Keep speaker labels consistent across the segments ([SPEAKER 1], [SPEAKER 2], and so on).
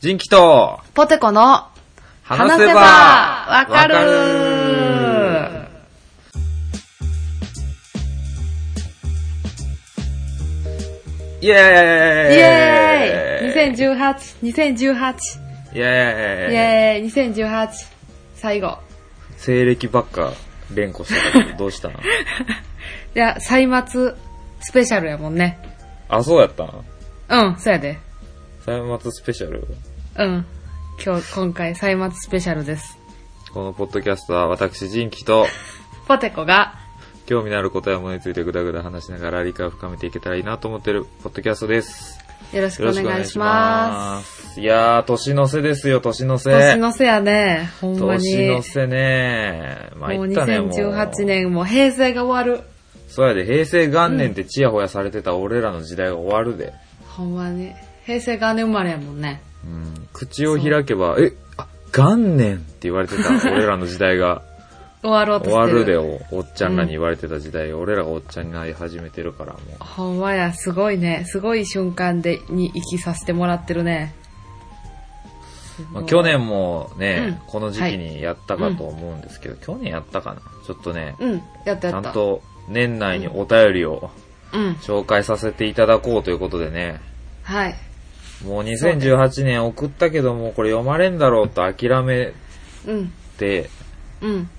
[SPEAKER 1] 人気と、
[SPEAKER 2] ポテコの
[SPEAKER 1] 話せば、
[SPEAKER 2] わかる
[SPEAKER 1] イェーイイ
[SPEAKER 2] イエーイ !2018!2018!
[SPEAKER 1] イェ
[SPEAKER 2] イ
[SPEAKER 1] ーイ
[SPEAKER 2] エーイ !2018! 最後。
[SPEAKER 1] 西暦ばっか連呼してた けど、どうしたの
[SPEAKER 2] いや、歳末スペシャルやもんね。
[SPEAKER 1] あ、そうやったん
[SPEAKER 2] うん、そうやで。
[SPEAKER 1] 歳末スペシャル。
[SPEAKER 2] うん。今日、今回、歳末スペシャルです。
[SPEAKER 1] このポッドキャストは私、人気 と、
[SPEAKER 2] ポテコが、
[SPEAKER 1] 興味のあることやものについてぐだぐだ話しながら理解を深めていけたらいいなと思ってるポッドキャストです。
[SPEAKER 2] よろしく
[SPEAKER 1] よ
[SPEAKER 2] お
[SPEAKER 1] ろしくお願
[SPEAKER 2] 願
[SPEAKER 1] い
[SPEAKER 2] い
[SPEAKER 1] し
[SPEAKER 2] し
[SPEAKER 1] ま。
[SPEAKER 2] ます
[SPEAKER 1] いやー、年の瀬ですよ、年の
[SPEAKER 2] す。
[SPEAKER 1] 瀬。
[SPEAKER 2] 年の瀬やね。ほんまに。
[SPEAKER 1] 年の瀬ね。まあ、
[SPEAKER 2] もう
[SPEAKER 1] 言ったね、もう。
[SPEAKER 2] 2018。年も平成が終わる。
[SPEAKER 1] そうやで、平成元年ってちやほやされてた俺らの時代が終わるで。
[SPEAKER 2] ほんまに。平成元年生まれやもんね。
[SPEAKER 1] うん。口を開けば、え、あ、元年って言われてた俺らの時代 が
[SPEAKER 2] 終わろうと
[SPEAKER 1] 終
[SPEAKER 2] して
[SPEAKER 1] わ
[SPEAKER 2] る。
[SPEAKER 1] るでお、おっちゃんらに言われてた時代、俺らがおっちゃんになり始めてるから、もう。
[SPEAKER 2] ほんまや、すごいね。すごい瞬間で、に生きさせてもらってるね。すご
[SPEAKER 1] ま
[SPEAKER 2] い
[SPEAKER 1] あ、去。年もね、
[SPEAKER 2] うん
[SPEAKER 1] この時期にやったかと思うんですけど、去年やったかなちょっとね、
[SPEAKER 2] うん、やった
[SPEAKER 1] ち
[SPEAKER 2] や
[SPEAKER 1] ゃ
[SPEAKER 2] った。
[SPEAKER 1] んと年内にお便りを
[SPEAKER 2] うん。
[SPEAKER 1] 紹介させていただこうということでね、
[SPEAKER 2] はい。
[SPEAKER 1] もう2018年送ったけども、これ読まれんだろうと諦め
[SPEAKER 2] うん。
[SPEAKER 1] て、
[SPEAKER 2] うん。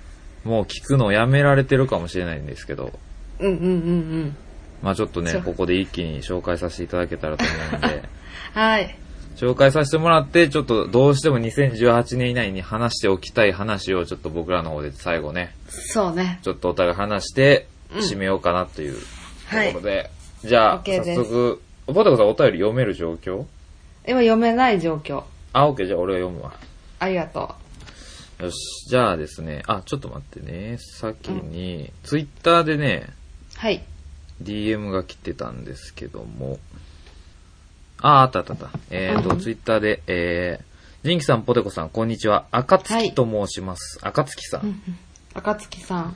[SPEAKER 1] もう聞くのやめられてるかもしれないんですけど、
[SPEAKER 2] うんうんうんうん。
[SPEAKER 1] まあちょっと
[SPEAKER 2] そ
[SPEAKER 1] ね、
[SPEAKER 2] う
[SPEAKER 1] ここで一気に紹介させていただけたらと思うんで、
[SPEAKER 2] はい。
[SPEAKER 1] 紹介させてもらって、ちょっとどうしても2018年以内に話しておきたい話をちょっと僕らの方で最後ね、
[SPEAKER 2] そうね。
[SPEAKER 1] ちょっとお互い話して、
[SPEAKER 2] うん
[SPEAKER 1] 締めようかなというと
[SPEAKER 2] はい
[SPEAKER 1] ころで。じゃあ、
[SPEAKER 2] OK です
[SPEAKER 1] 早速、ポテコさんお便り読める状況
[SPEAKER 2] 今読めない状況。
[SPEAKER 1] あ、OK、じゃあ俺は読むわ。
[SPEAKER 2] ありがと
[SPEAKER 1] よし、じゃあですね、あ、ちょっと待ってね、先に、ツイッターでね、
[SPEAKER 2] う。はい。
[SPEAKER 1] DM が来てたんですけども、あ、あったあったあった。えっ、と、
[SPEAKER 2] うん
[SPEAKER 1] ツイッターで、えー、ジンキさん、ポテコさん、こんにちは。赤月と申します。赤月さん。
[SPEAKER 2] 赤月さん。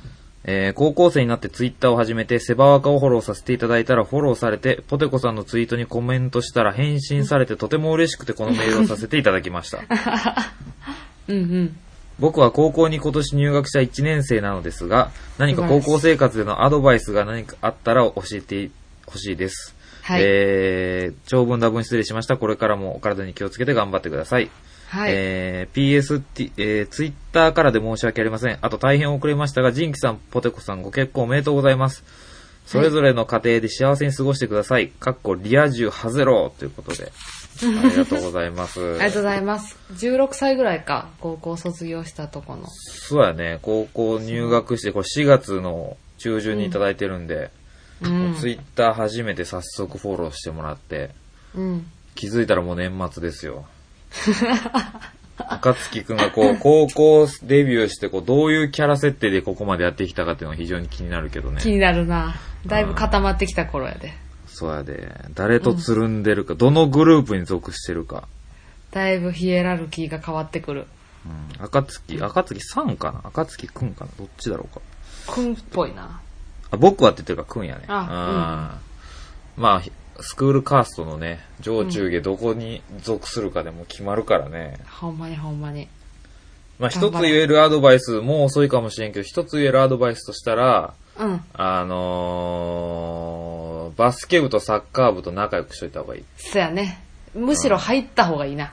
[SPEAKER 1] えー高校生になってツイッターを始めて、セバワカをフォローさせていただいたらフォローされて、ポテコさんのツイートにコメントしたら返信されてとても嬉しくてこのメールをさせていただきま した。
[SPEAKER 2] うんうん。
[SPEAKER 1] 僕は高校に今年入学した1年生なのですが、何か高校生活でのアドバイスが何かあったら教えてほしいです。
[SPEAKER 2] はい
[SPEAKER 1] えー長文多分失礼しました。これからもお体に気をつけて頑張ってください。
[SPEAKER 2] はい。
[SPEAKER 1] えー PS、T えー、ツイッターからで申し訳ありません。あと大変遅れましたが、ジンキさん、ポテコさんご結婚おめでとうございます。それぞれの家庭で幸せに過ごしてください。かっこリア充ハゼロということ で。ありがとうございます。
[SPEAKER 2] ありがとうございます。16歳ぐらいか、高校卒業したとこの。
[SPEAKER 1] そうやね、高校入学して、これ4月の中旬にいただいてるんで、
[SPEAKER 2] うん。
[SPEAKER 1] ツイッター初めて早速フォローしてもらって、
[SPEAKER 2] うん。
[SPEAKER 1] 気づいたらもう年末ですよ。 赤月くんがこう、高校デビューして、こう、どういうキャラ設定でここまでやってきたかっていうのが非常に気になるけどね
[SPEAKER 2] 気。になるな。だいぶ固まってきた頃やで。
[SPEAKER 1] そうやで、誰とつるんでるか、どのグループに属してるか。
[SPEAKER 2] だいぶヒエラルキーが変わってくる。
[SPEAKER 1] うん、赤月、赤月さんかな赤月くんかなどっちだろうか。
[SPEAKER 2] くんっぽいな。
[SPEAKER 1] あ、僕はって言ってるから、くんやね。
[SPEAKER 2] あ
[SPEAKER 1] うん。まあ、ひスクールカーストのね、上中下どこに属するかでも決まるからね。
[SPEAKER 2] ほんまにほんまに。
[SPEAKER 1] まあ、一つ言えるアドバイス、もう遅いかもしれんけど、一つ言えるアドバイスとしたら、
[SPEAKER 2] うん。
[SPEAKER 1] あのー、バスケ部とサッカー部と仲良くしといた方がいい。
[SPEAKER 2] そやね。むしろ入った方がいいな。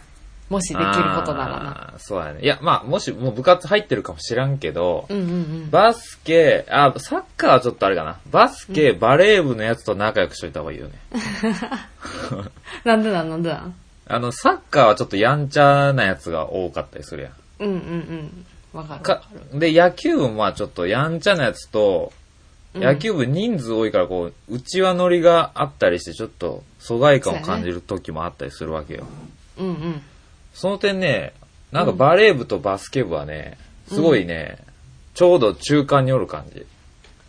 [SPEAKER 2] もしできることならな。
[SPEAKER 1] あーそうやね。いや、まあ、もし、もう部活入ってるかもしらんけど、
[SPEAKER 2] うんうんうん。
[SPEAKER 1] バスケ、あ、サッカーはちょっとあれかな。バスケ、バレー部のやつと仲良くしといた方がいいよね。
[SPEAKER 2] なんでなんなんでなん
[SPEAKER 1] あの、サッカーはちょっとやんちゃなやつが多かったりするやん。
[SPEAKER 2] うんうんうん。わかる。
[SPEAKER 1] か、で、野球部もまあちょっとやんちゃなやつと、野球部人数多いからこう、うちわ乗りがあったりして、ちょっと疎外感を感じる時もあったりするわけよ。
[SPEAKER 2] うんうん。
[SPEAKER 1] その点ね、なんかバレー部とバスケ部はね、すごいね、ちょうど中間におる感じ。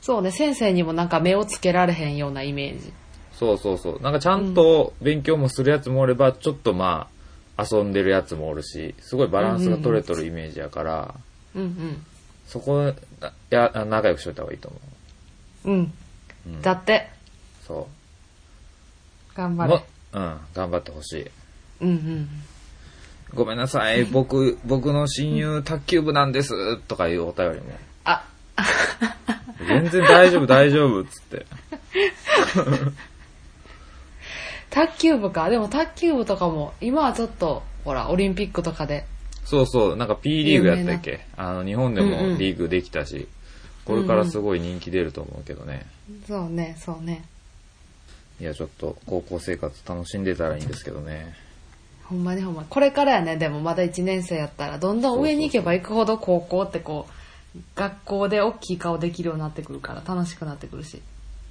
[SPEAKER 2] そうね、先生にもなんか目をつけられへんようなイメージ。
[SPEAKER 1] そうそうそう。なんかちゃんと勉強もするやつもおれば、ちょっとまあ、遊んでるやつもおるし、すごいバランスが取れとるイメージやから、
[SPEAKER 2] うん
[SPEAKER 1] そこ、なや、あ仲良くしといた方がいいと思う。
[SPEAKER 2] うん。うん。だって、
[SPEAKER 1] そ
[SPEAKER 2] 頑
[SPEAKER 1] う。
[SPEAKER 2] 張
[SPEAKER 1] も
[SPEAKER 2] れ。
[SPEAKER 1] うん、頑張ってほしい。
[SPEAKER 2] うんうん。
[SPEAKER 1] ごめんなさい、僕、僕の親友卓球部なんです、とかいうお便りも。
[SPEAKER 2] あ、
[SPEAKER 1] 全然大丈夫、大丈夫、つって。
[SPEAKER 2] 卓球部か。でも卓球部とかも、今はちょっと、ほら、オリンピックとかで。
[SPEAKER 1] そうそう、なんか P リーグやったっけあの、日本でもリーグできたし、これからすごい人気出ると思うけどね。
[SPEAKER 2] そうね、そうね。
[SPEAKER 1] いや、ちょっと高校生活楽しんでたらいいんですけどね。
[SPEAKER 2] ほんまにほんまに。これからやね、でもまだ1年生やったら、どんどん上に行けば行くほど高校ってこう、学校で大きい顔できるようになってくるから、楽しくなってくるし。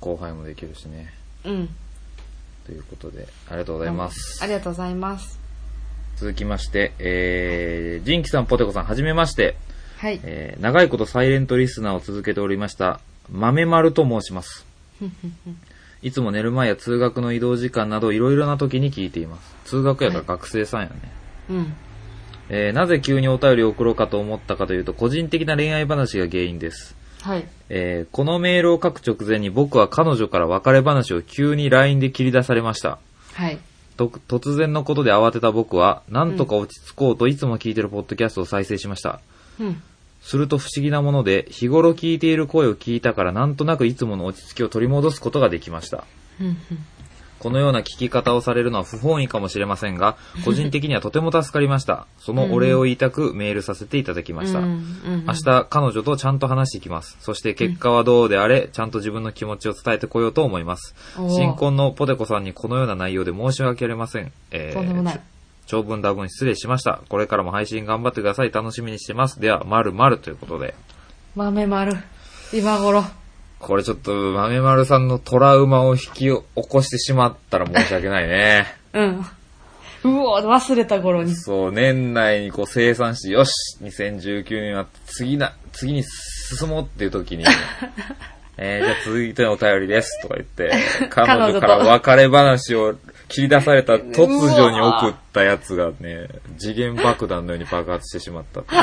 [SPEAKER 1] 後輩もできるしね。
[SPEAKER 2] うん。
[SPEAKER 1] ということで、ありがとうございます。
[SPEAKER 2] ありがとうございます。
[SPEAKER 1] 続きまして、えー、ジンキさん、ポテコさん、はじめまして。
[SPEAKER 2] はい。
[SPEAKER 1] えー長いことサイレントリスナーを続けておりました、豆丸と申します。いつも寝る前や通学の移動時間などいろいろな時に聞いています。通学やから学生さんやね。
[SPEAKER 2] うん。
[SPEAKER 1] えーなぜ急にお便りを送ろうかと思ったかというと、個人的な恋愛話が原因です。
[SPEAKER 2] はい。
[SPEAKER 1] えーこのメールを書く直前に僕は彼女から別れ話を急に LINE で切り出されました。
[SPEAKER 2] はい。
[SPEAKER 1] と突然のことで慌てた僕は、なんとか落ち着こうといつも聞いてるポッドキャストを再生しました。
[SPEAKER 2] うん。
[SPEAKER 1] すると不思議なもので、日頃聞いている声を聞いたからなんとなくいつもの落ち着きを取り戻すことができました。
[SPEAKER 2] うん。
[SPEAKER 1] このような聞き方をされるのは不本意かもしれませんが、個人的にはとても助かりました。そのお礼を言いたくメールさせていただきました。
[SPEAKER 2] 明
[SPEAKER 1] 明。日彼女とちゃんと話していきます。そして結果はどうであれ、ちゃんと自分の気持ちを伝えてこようと思います。
[SPEAKER 2] おー
[SPEAKER 1] 新婚のポテコさんにこのような内容で申し訳ありません。えー
[SPEAKER 2] とんでもない。
[SPEAKER 1] 長文多分失礼しました。これからも配信頑張ってください。楽しみにしてます。では、まるまるということで。
[SPEAKER 2] 豆丸。今頃。
[SPEAKER 1] これちょっと、豆丸さんのトラウマを引き起こしてしまったら申し訳ない ね。
[SPEAKER 2] うん。うお、忘れた頃に。
[SPEAKER 1] そう、年内にこう生産して、よし !2019 年は次な、次に進もうっていう時 に、えー、じゃあ続いてのお便りですとか言って、 彼女から別れ話を切り出された突如に送ったやつがね、次元爆弾のように爆発してしまった っていう。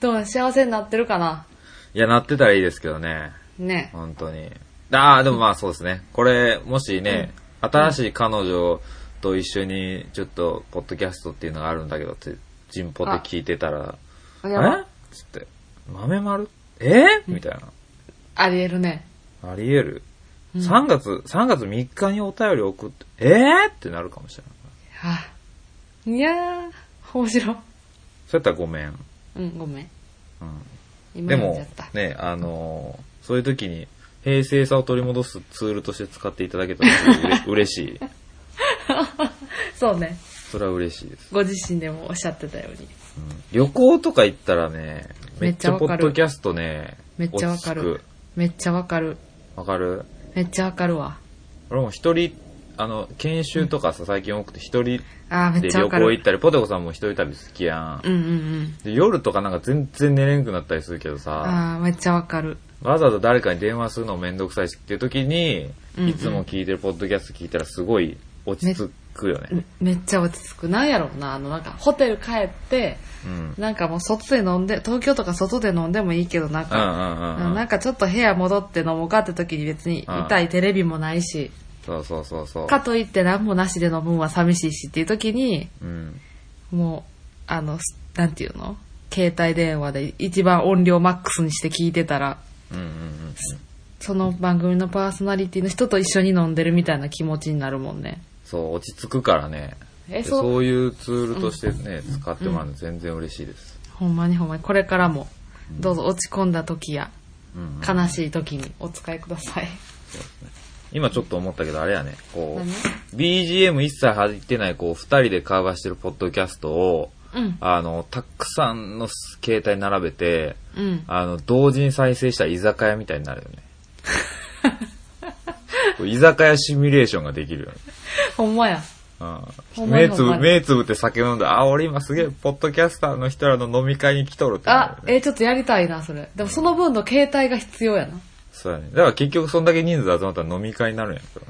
[SPEAKER 2] どう幸せになってるかない
[SPEAKER 1] や、なってたらいいですけどね。
[SPEAKER 2] ね。
[SPEAKER 1] 本当に。ああ、でもまあそうですね。これ、もしね、新しい彼女と一緒に、ちょっと、ポッドキャストっていうのがあるんだけどって、ジンポで聞いてたら、
[SPEAKER 2] や
[SPEAKER 1] え
[SPEAKER 2] ば
[SPEAKER 1] つって、豆丸えみたい
[SPEAKER 2] ありえるね。
[SPEAKER 1] な。あり得る。3月、3月3日にお便り送って、えってなるかもしれない。
[SPEAKER 2] はあ、いやー、面白い。
[SPEAKER 1] そうやったらごめん。
[SPEAKER 2] うん、ごめん。
[SPEAKER 1] うん
[SPEAKER 2] 今
[SPEAKER 1] で
[SPEAKER 2] やっちゃ
[SPEAKER 1] も
[SPEAKER 2] った。、
[SPEAKER 1] ね、あのーそういう時に、平成さを取り戻すツールとして使っていただけたらすごいうれ、嬉しい。
[SPEAKER 2] そうね。
[SPEAKER 1] それは嬉しいです。
[SPEAKER 2] ご自身でもおっしゃってたように。
[SPEAKER 1] 旅行とか行ったらね、め
[SPEAKER 2] め
[SPEAKER 1] っ
[SPEAKER 2] っ
[SPEAKER 1] ち
[SPEAKER 2] ち
[SPEAKER 1] ゃ
[SPEAKER 2] ゃ
[SPEAKER 1] ポ
[SPEAKER 2] わ
[SPEAKER 1] ッ
[SPEAKER 2] かる
[SPEAKER 1] ドキャストね、
[SPEAKER 2] めっちゃわか
[SPEAKER 1] 落
[SPEAKER 2] る
[SPEAKER 1] ち着。
[SPEAKER 2] めっちゃわかる。
[SPEAKER 1] く。わかる
[SPEAKER 2] めっちゃわかるわ。
[SPEAKER 1] 俺も一人、あの、研修とかさ、最近多くて一人
[SPEAKER 2] あー、め
[SPEAKER 1] で
[SPEAKER 2] っちゃ
[SPEAKER 1] 旅
[SPEAKER 2] わか
[SPEAKER 1] 行行
[SPEAKER 2] る
[SPEAKER 1] っ。たり、ポテコさんも一人旅好きやん。
[SPEAKER 2] うんうんうん。
[SPEAKER 1] で夜とかなんか全然寝れんくなったりするけどさ、
[SPEAKER 2] あー、めっちゃわかる。
[SPEAKER 1] わざわざ誰かに電話するのもめんどくさいしっていう時に、
[SPEAKER 2] うんうん
[SPEAKER 1] いつも聞いてるポッドキャスト聞いたらすごい落ち着くよね。
[SPEAKER 2] めめっちゃ落ち着く。なんやろうな、あの、なんか、ホテル帰って、
[SPEAKER 1] うん。
[SPEAKER 2] なんかもう外で飲んで、東京とか外で飲んでもいいけど、なん
[SPEAKER 1] うんう
[SPEAKER 2] か、
[SPEAKER 1] んうんうん。
[SPEAKER 2] なんかちょっと部屋戻って飲もうかって時に別に
[SPEAKER 1] うん
[SPEAKER 2] 痛いテレビもないし、
[SPEAKER 1] そうそうそうそう。
[SPEAKER 2] かといって何もなしで飲むんは寂しいしっていう時に、
[SPEAKER 1] うん。
[SPEAKER 2] もう、あの、すなんていうの携帯電話で一番音量マックスにして聞いてたら、
[SPEAKER 1] うんうんうん。
[SPEAKER 2] その番組のパーソナリティの人と一緒に飲んでるみたいな気持ちになるもんね。
[SPEAKER 1] そう、落ち着くからね。
[SPEAKER 2] え
[SPEAKER 1] で
[SPEAKER 2] そう
[SPEAKER 1] そういうツールとしてね、使ってもらうの全然嬉しいです。
[SPEAKER 2] ほんまにほんまに、これからも、どうぞ落ち込んだ時や、
[SPEAKER 1] うん
[SPEAKER 2] 悲しい時にお使いください。
[SPEAKER 1] 今ちょっと思ったけど、あれやね、こ
[SPEAKER 2] 何
[SPEAKER 1] う、BGM 一切入ってない、こう、二人で会話してるポッドキャストを、
[SPEAKER 2] うん。
[SPEAKER 1] あの、たくさんの携帯並べて、
[SPEAKER 2] うん。
[SPEAKER 1] あの、同時に再生したら居酒屋みたいになるよ ね。こう居酒屋シミュレーションができるよね。
[SPEAKER 2] ほんまや。
[SPEAKER 1] う
[SPEAKER 2] ほ
[SPEAKER 1] ん、
[SPEAKER 2] んまに
[SPEAKER 1] 目
[SPEAKER 2] ほ
[SPEAKER 1] つ
[SPEAKER 2] ん
[SPEAKER 1] ぶ、
[SPEAKER 2] まに
[SPEAKER 1] 目つぶって酒飲んで、あ、俺今すげえ、ポッドキャスターの人らの飲み会に来とるってなるよ
[SPEAKER 2] あ
[SPEAKER 1] ね、
[SPEAKER 2] えーちょっとやりたいな、それ。でもその分の携帯が必要やな。
[SPEAKER 1] そうやね。だから結局そんだけ人数集まったら飲み会になるんやけ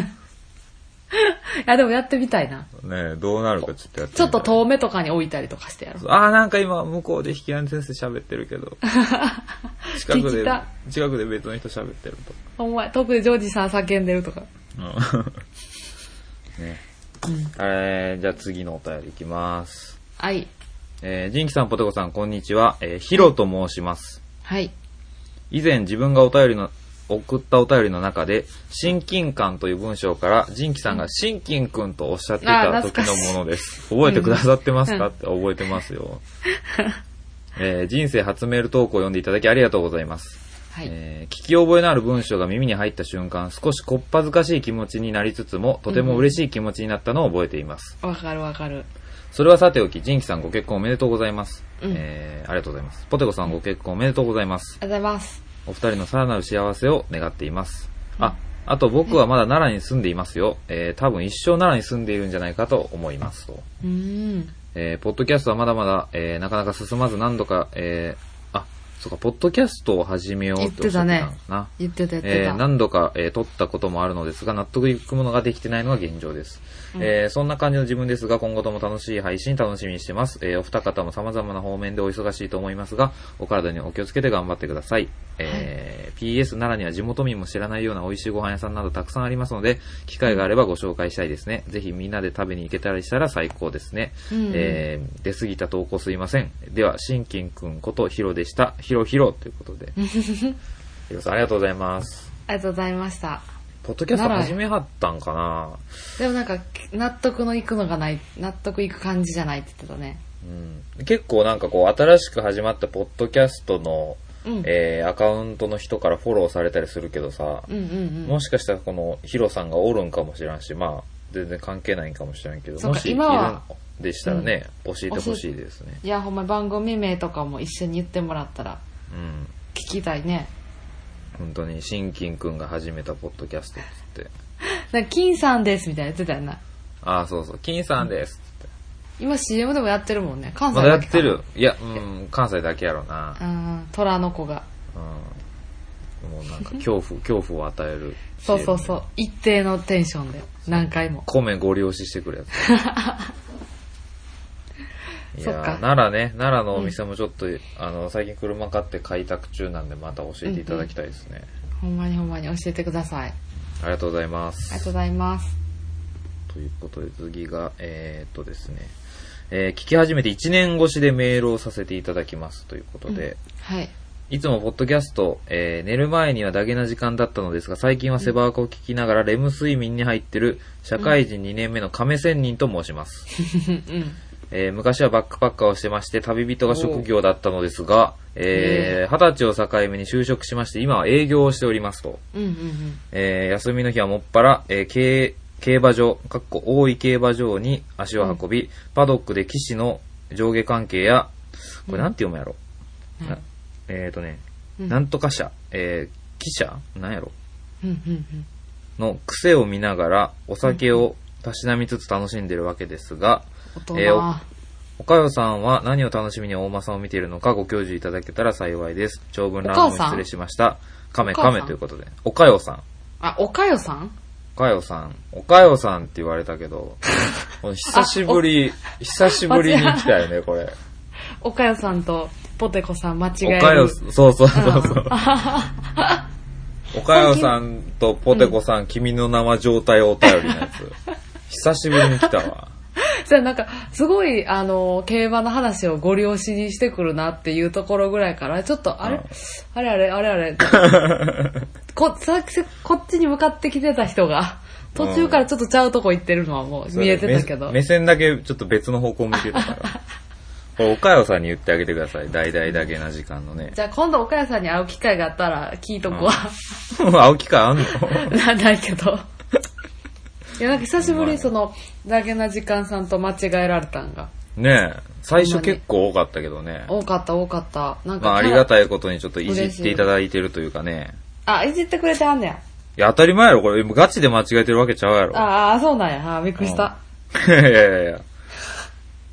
[SPEAKER 2] いや、でもやってみたいな。
[SPEAKER 1] どね。ねえどうなるかちょっとやってみ
[SPEAKER 2] ちょっと
[SPEAKER 1] 遠
[SPEAKER 2] 遠目とかに置いたりとかしてやろう。
[SPEAKER 1] ああ、なんか今向こうで引き金先生喋ってるけ ど。近く
[SPEAKER 2] 聞
[SPEAKER 1] で
[SPEAKER 2] いた、
[SPEAKER 1] 近くで別の人喋ってると。
[SPEAKER 2] ほんまや、遠くでジョージさん叫んでるとか。
[SPEAKER 1] うんね。
[SPEAKER 2] うん。
[SPEAKER 1] えー、じゃあ次のお便りいきます。
[SPEAKER 2] はい。
[SPEAKER 1] えー、ジンキさん、ポテコさん、こんにちは。えー、ヒロと申します。
[SPEAKER 2] はい。
[SPEAKER 1] 以前自分がお便りの、送ったお便りの中で、親近感という文章から、ジンキさんが親近くんとおっしゃってい
[SPEAKER 2] あ
[SPEAKER 1] た
[SPEAKER 2] ー
[SPEAKER 1] 時
[SPEAKER 2] 懐か
[SPEAKER 1] の
[SPEAKER 2] しい
[SPEAKER 1] ものです。覚えてくださってますか
[SPEAKER 2] う
[SPEAKER 1] って覚えてます よ。えー人生初メール投稿を読んでいただきありがとうございます。
[SPEAKER 2] はい。
[SPEAKER 1] えー聞き覚えのある文章が耳に入った瞬間、少しこっぱずかしい気持ちになりつつも、とても嬉しい気持ちになったのを覚えています。
[SPEAKER 2] わかるわかる。
[SPEAKER 1] それはさておき、ジンキさんご結婚おめでとうございます。
[SPEAKER 2] うん
[SPEAKER 1] えーありがとうございます。ポテコさんご結婚おめでとうございます。
[SPEAKER 2] ありがとうございます。
[SPEAKER 1] お二人のさらなる幸せを願っています。あ、あと僕はまだ奈良に住んでいますよ。えー多分一生奈良に住んでいるんじゃないかと思いますと。
[SPEAKER 2] うーん。
[SPEAKER 1] えーポッドキャストはまだまだ、えーなかなか進まず何度か、えーあ、そうか、ポッドキャストを始めようっておっしゃってたの
[SPEAKER 2] 言
[SPEAKER 1] か
[SPEAKER 2] って
[SPEAKER 1] な。
[SPEAKER 2] 言ってた言って
[SPEAKER 1] え
[SPEAKER 2] た。
[SPEAKER 1] ー何度か、えー撮ったこともあるのですが、納得いくものができてないのが現状です。えーそんな感じの自分ですが、今後とも楽しい配信楽しみにしてます。えーお二方も様々な方面でお忙しいと思いますが、お体にお気をつけて頑張ってください。えー PS 奈良には地元民も知らないような美味しいご飯屋さんなどたくさんありますので、機会があればご紹介したいですね。ぜひみんなで食べに行けたりしたら最高ですね。
[SPEAKER 2] うん
[SPEAKER 1] えー出過ぎた投稿すいません。では、しんきんくんことヒロでした。ヒロヒロということ で。ヒロさんありがとうございます。
[SPEAKER 2] ありがとうございました。
[SPEAKER 1] ポッドキャスト始めはったんかな
[SPEAKER 2] でもなんか、納得のいくのがない、納得いく感じじゃないって言ってたね。
[SPEAKER 1] うん、結構なんかこう、新しく始まったポッドキャストの、
[SPEAKER 2] うん
[SPEAKER 1] えーアカウントの人からフォローされたりするけどさ、
[SPEAKER 2] うんうんうん。
[SPEAKER 1] もしかしたらこのヒロさんがおるんかもしれんし、まあ、全然関係ないんかもしれんけど、
[SPEAKER 2] そう
[SPEAKER 1] も
[SPEAKER 2] か
[SPEAKER 1] しいる
[SPEAKER 2] 今は
[SPEAKER 1] んでしたらね、教えてほしいですね。
[SPEAKER 2] いや、ほんま番組名とかも一緒に言ってもらったら、
[SPEAKER 1] うん。
[SPEAKER 2] 聞きたいね。
[SPEAKER 1] 本当に、しんきんくんが始めたポッドキャストっつって。
[SPEAKER 2] なんか、金さんですみたいな言ってたよな。
[SPEAKER 1] ああ、そうそう、金さんですっつって。
[SPEAKER 2] 今 CM でもやってるもんね。関西
[SPEAKER 1] まだやっ
[SPEAKER 2] だけ
[SPEAKER 1] て
[SPEAKER 2] かな。
[SPEAKER 1] る。いや、うん、関西だけやろな。
[SPEAKER 2] うん、虎の子が。
[SPEAKER 1] うん。もうなんか 恐怖、恐怖を与える。
[SPEAKER 2] そうそうそう。。一定のテンションで。何回も。
[SPEAKER 1] 米ご利用ししてくる やつ。い
[SPEAKER 2] そ
[SPEAKER 1] やー
[SPEAKER 2] っか
[SPEAKER 1] 奈良ね、奈良のお店もちょっと、あの、最近車買って開拓中なんで、また教えていただきたいですね。
[SPEAKER 2] ほんまにほんまに教えてください。
[SPEAKER 1] あ
[SPEAKER 2] あ
[SPEAKER 1] りがとうございま
[SPEAKER 2] りがと
[SPEAKER 1] す。
[SPEAKER 2] うございます。
[SPEAKER 1] ということで、次が、えー、っとですね、えー聞き始めて1年越しでメールをさせていただきますということで、
[SPEAKER 2] はい。
[SPEAKER 1] いつもポッドキャスト、えー寝る前にはダゲな時間だったのですが、最近はセバークを聞きながらレム睡眠に入ってる社会人2年目の亀仙人と申します。えー昔はバックパッカーをしてまして、旅人が職業だったのですが、えー二十、歳を境目に就職しまして、今は営業をしておりますと。
[SPEAKER 2] うんうんうん。
[SPEAKER 1] えー休みの日はもっぱら、えー競競馬場、かっこ大井競馬場に足を運び、パドックで騎士の上下関係や、これなんて読むやろ、
[SPEAKER 2] うん
[SPEAKER 1] なえっ、とね、
[SPEAKER 2] うん
[SPEAKER 1] なんとか社、えー、記者なんやろ
[SPEAKER 2] うんうんうん。
[SPEAKER 1] の癖を見ながらお酒をたしなみつつ楽しんでるわけですが、
[SPEAKER 2] 大人
[SPEAKER 1] えー
[SPEAKER 2] は。
[SPEAKER 1] おかよさんは何を楽しみに大間さんを見ているのかご教授いただけたら幸いです。長文乱
[SPEAKER 2] お
[SPEAKER 1] 文
[SPEAKER 2] 母さん
[SPEAKER 1] 失礼しました。カメ
[SPEAKER 2] お母さ
[SPEAKER 1] カ
[SPEAKER 2] ん
[SPEAKER 1] メということで。おかよさん。
[SPEAKER 2] あ、おかよさん
[SPEAKER 1] おかよさん。おかよさんって言われたけ ど、もう久しぶり、久しぶりに来たよね、これ。
[SPEAKER 2] おかよさんとポテコさん間違える。
[SPEAKER 1] おかよ、 そうそうそうそう。 おかよさんとポテコさん、君の名は状態お便りのやつ。久しぶりに来たわ。
[SPEAKER 2] それなんか、すごい、あの、競馬の話をご利用しにしてくるなっていうところぐらいから、ちょっと、あれ、
[SPEAKER 1] うん
[SPEAKER 2] あれあれ、あれあ れ。こ、さこっちに向かってきてた人が、途中からちょっとちゃうとこ行ってるのはも う見えてたけ
[SPEAKER 1] それ
[SPEAKER 2] ど。
[SPEAKER 1] 目目線だけちょっと別の方向向いてた から。これ、おかよさんに言ってあげてください。大々だけな時間のね。
[SPEAKER 2] じゃあ今度岡谷さんに会う機会があったら聞いとくわ。
[SPEAKER 1] 青木会あんの
[SPEAKER 2] な、ないけど。いや、なんか久しぶ
[SPEAKER 1] ほんま
[SPEAKER 2] り
[SPEAKER 1] や
[SPEAKER 2] にその、だけな時間さんと間違えられたんが。
[SPEAKER 1] ねえ。最初結構多かったけどね。
[SPEAKER 2] 多かった、多かった。なんか、
[SPEAKER 1] まあ、ありがたいことにちょっといじっていただいてるというかね。
[SPEAKER 2] あ、いじってくれてはんねや。
[SPEAKER 1] いや、当たり前やろ、これ。ガチで間違えてるわけちゃうやろ。
[SPEAKER 2] ああ、そうなんや。あーびっくりした。
[SPEAKER 1] うん いやいやいや。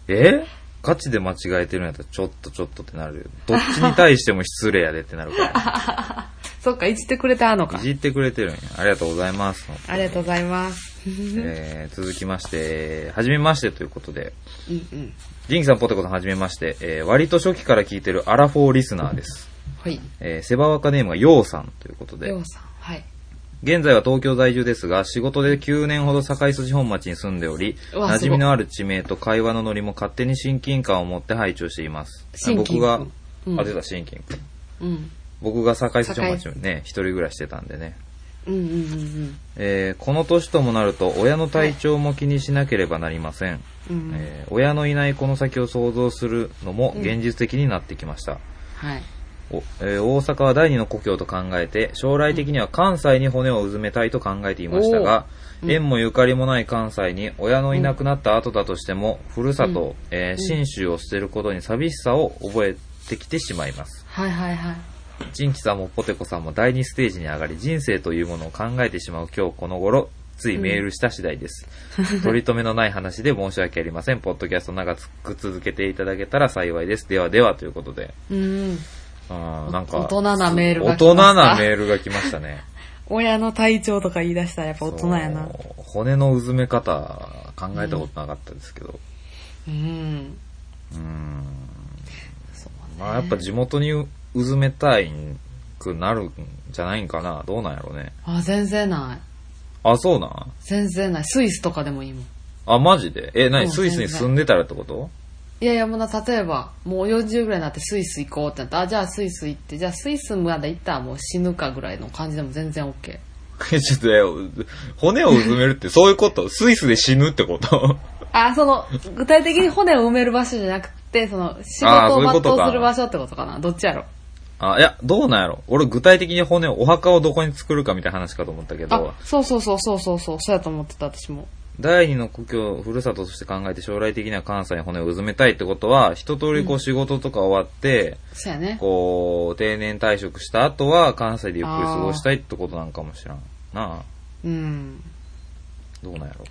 [SPEAKER 1] えガチで間違えてるんやったら、ちょっとちょっとってなるよ。どっちに対しても失礼やでってなるか
[SPEAKER 2] そっか、いじってくれてはんの
[SPEAKER 1] ら。
[SPEAKER 2] か
[SPEAKER 1] い。じってくれてるんや。ありがとうございます。
[SPEAKER 2] ありがとうございます。
[SPEAKER 1] えー、続きまして、はじめましてということで、
[SPEAKER 2] うんうん。
[SPEAKER 1] ジンキさん、ポテコさん、はじめまして、えー、割と初期から聞いてるアラフォーリスナーです。
[SPEAKER 2] はい。
[SPEAKER 1] えー、セバワカネームがヨウさんということで
[SPEAKER 2] りょ、うさん。はい。
[SPEAKER 1] 現在は東京在住ですが、仕事で9年ほど堺筋本町に住んでおり、
[SPEAKER 2] うわ
[SPEAKER 1] 馴染みのある地名と会話のノリも勝手に親近感を持って拝聴しています。
[SPEAKER 2] 親近
[SPEAKER 1] 僕が
[SPEAKER 2] 感、うん
[SPEAKER 1] あ、出た親近感。
[SPEAKER 2] うん。
[SPEAKER 1] 僕が堺筋本町にね、一人暮らししてたんでね。
[SPEAKER 2] うんうんうん
[SPEAKER 1] えーこの年ともなると、親の体調も気にしなければなりません。
[SPEAKER 2] うん。うん。
[SPEAKER 1] えー親のいないこの先を想像するのも現実的になってきました。
[SPEAKER 2] はい。
[SPEAKER 1] おえー大阪は第二の故郷と考えて将来的には関西に骨をうずめたいと考えていましたが、
[SPEAKER 2] おーうん
[SPEAKER 1] 縁もゆかりもない関西に親のいなくなった後だとしても、ふるさと、えー信州を捨てることに寂しさを覚えてきてしまいます。
[SPEAKER 2] はいはいはい。
[SPEAKER 1] ジンキさんもポテコさんも第二ステージに上がり人生というものを考えてしまう今日この頃、ついメールした次第です。 取り留めのない話で申し訳ありません。ポッドキャスト長く続けていただけたら幸いです。ではではということで。
[SPEAKER 2] うん。
[SPEAKER 1] あーなんか
[SPEAKER 2] 大人なメール
[SPEAKER 1] 大人
[SPEAKER 2] が来ました
[SPEAKER 1] なメールが来ましたね。
[SPEAKER 2] 親の体調とか言い出したらやっぱ 大人やな
[SPEAKER 1] そ。う骨のうずめ方、考えたことなかったですけど。
[SPEAKER 2] うん。
[SPEAKER 1] うーん。
[SPEAKER 2] そうね。
[SPEAKER 1] まあやっぱ地元にううずめたいくなるんじゃないんかな。どうなんやろうね。
[SPEAKER 2] あ、全然ない。
[SPEAKER 1] あ、そうなん
[SPEAKER 2] 全然ない。スイスとかでもいいもん。
[SPEAKER 1] あ、マジでえ、な
[SPEAKER 2] う
[SPEAKER 1] に
[SPEAKER 2] ん
[SPEAKER 1] スイスに
[SPEAKER 2] 全然
[SPEAKER 1] 住んでたらってこと
[SPEAKER 2] いやいや、もうな、例えば、もう40ぐらいになってスイス行こうってなったら、あ、じゃあスイス行って、じゃあスイスまで行ったらもう死ぬかぐらいの感じでも全然 OK。
[SPEAKER 1] え、ちょっとえ、う骨をうずめるってそういうことスイスで死ぬってこと
[SPEAKER 2] あ、その、具体的に骨を埋める場所じゃなくて、その、仕
[SPEAKER 1] あー
[SPEAKER 2] 事
[SPEAKER 1] そういうこ
[SPEAKER 2] を
[SPEAKER 1] とか
[SPEAKER 2] 全うする場所ってことかな。どっちやろ。
[SPEAKER 1] あ、いや、どうなんやろ俺具体的に骨を、お墓をどこに作るかみたいな話かと思ったけど
[SPEAKER 2] あ。、そうそうそうそうそうそう、そうやと思ってた、私も。
[SPEAKER 1] 第二の故郷、ふるさととして考えて将来的には関西に骨をうずめたいってことは、一通りこう仕事とか終わって、
[SPEAKER 2] そうやね。
[SPEAKER 1] こう、定年退職した後は関西でゆっくり過ごしたいってことなんかもしらん。なあ、
[SPEAKER 2] うん。
[SPEAKER 1] どうなんやろ。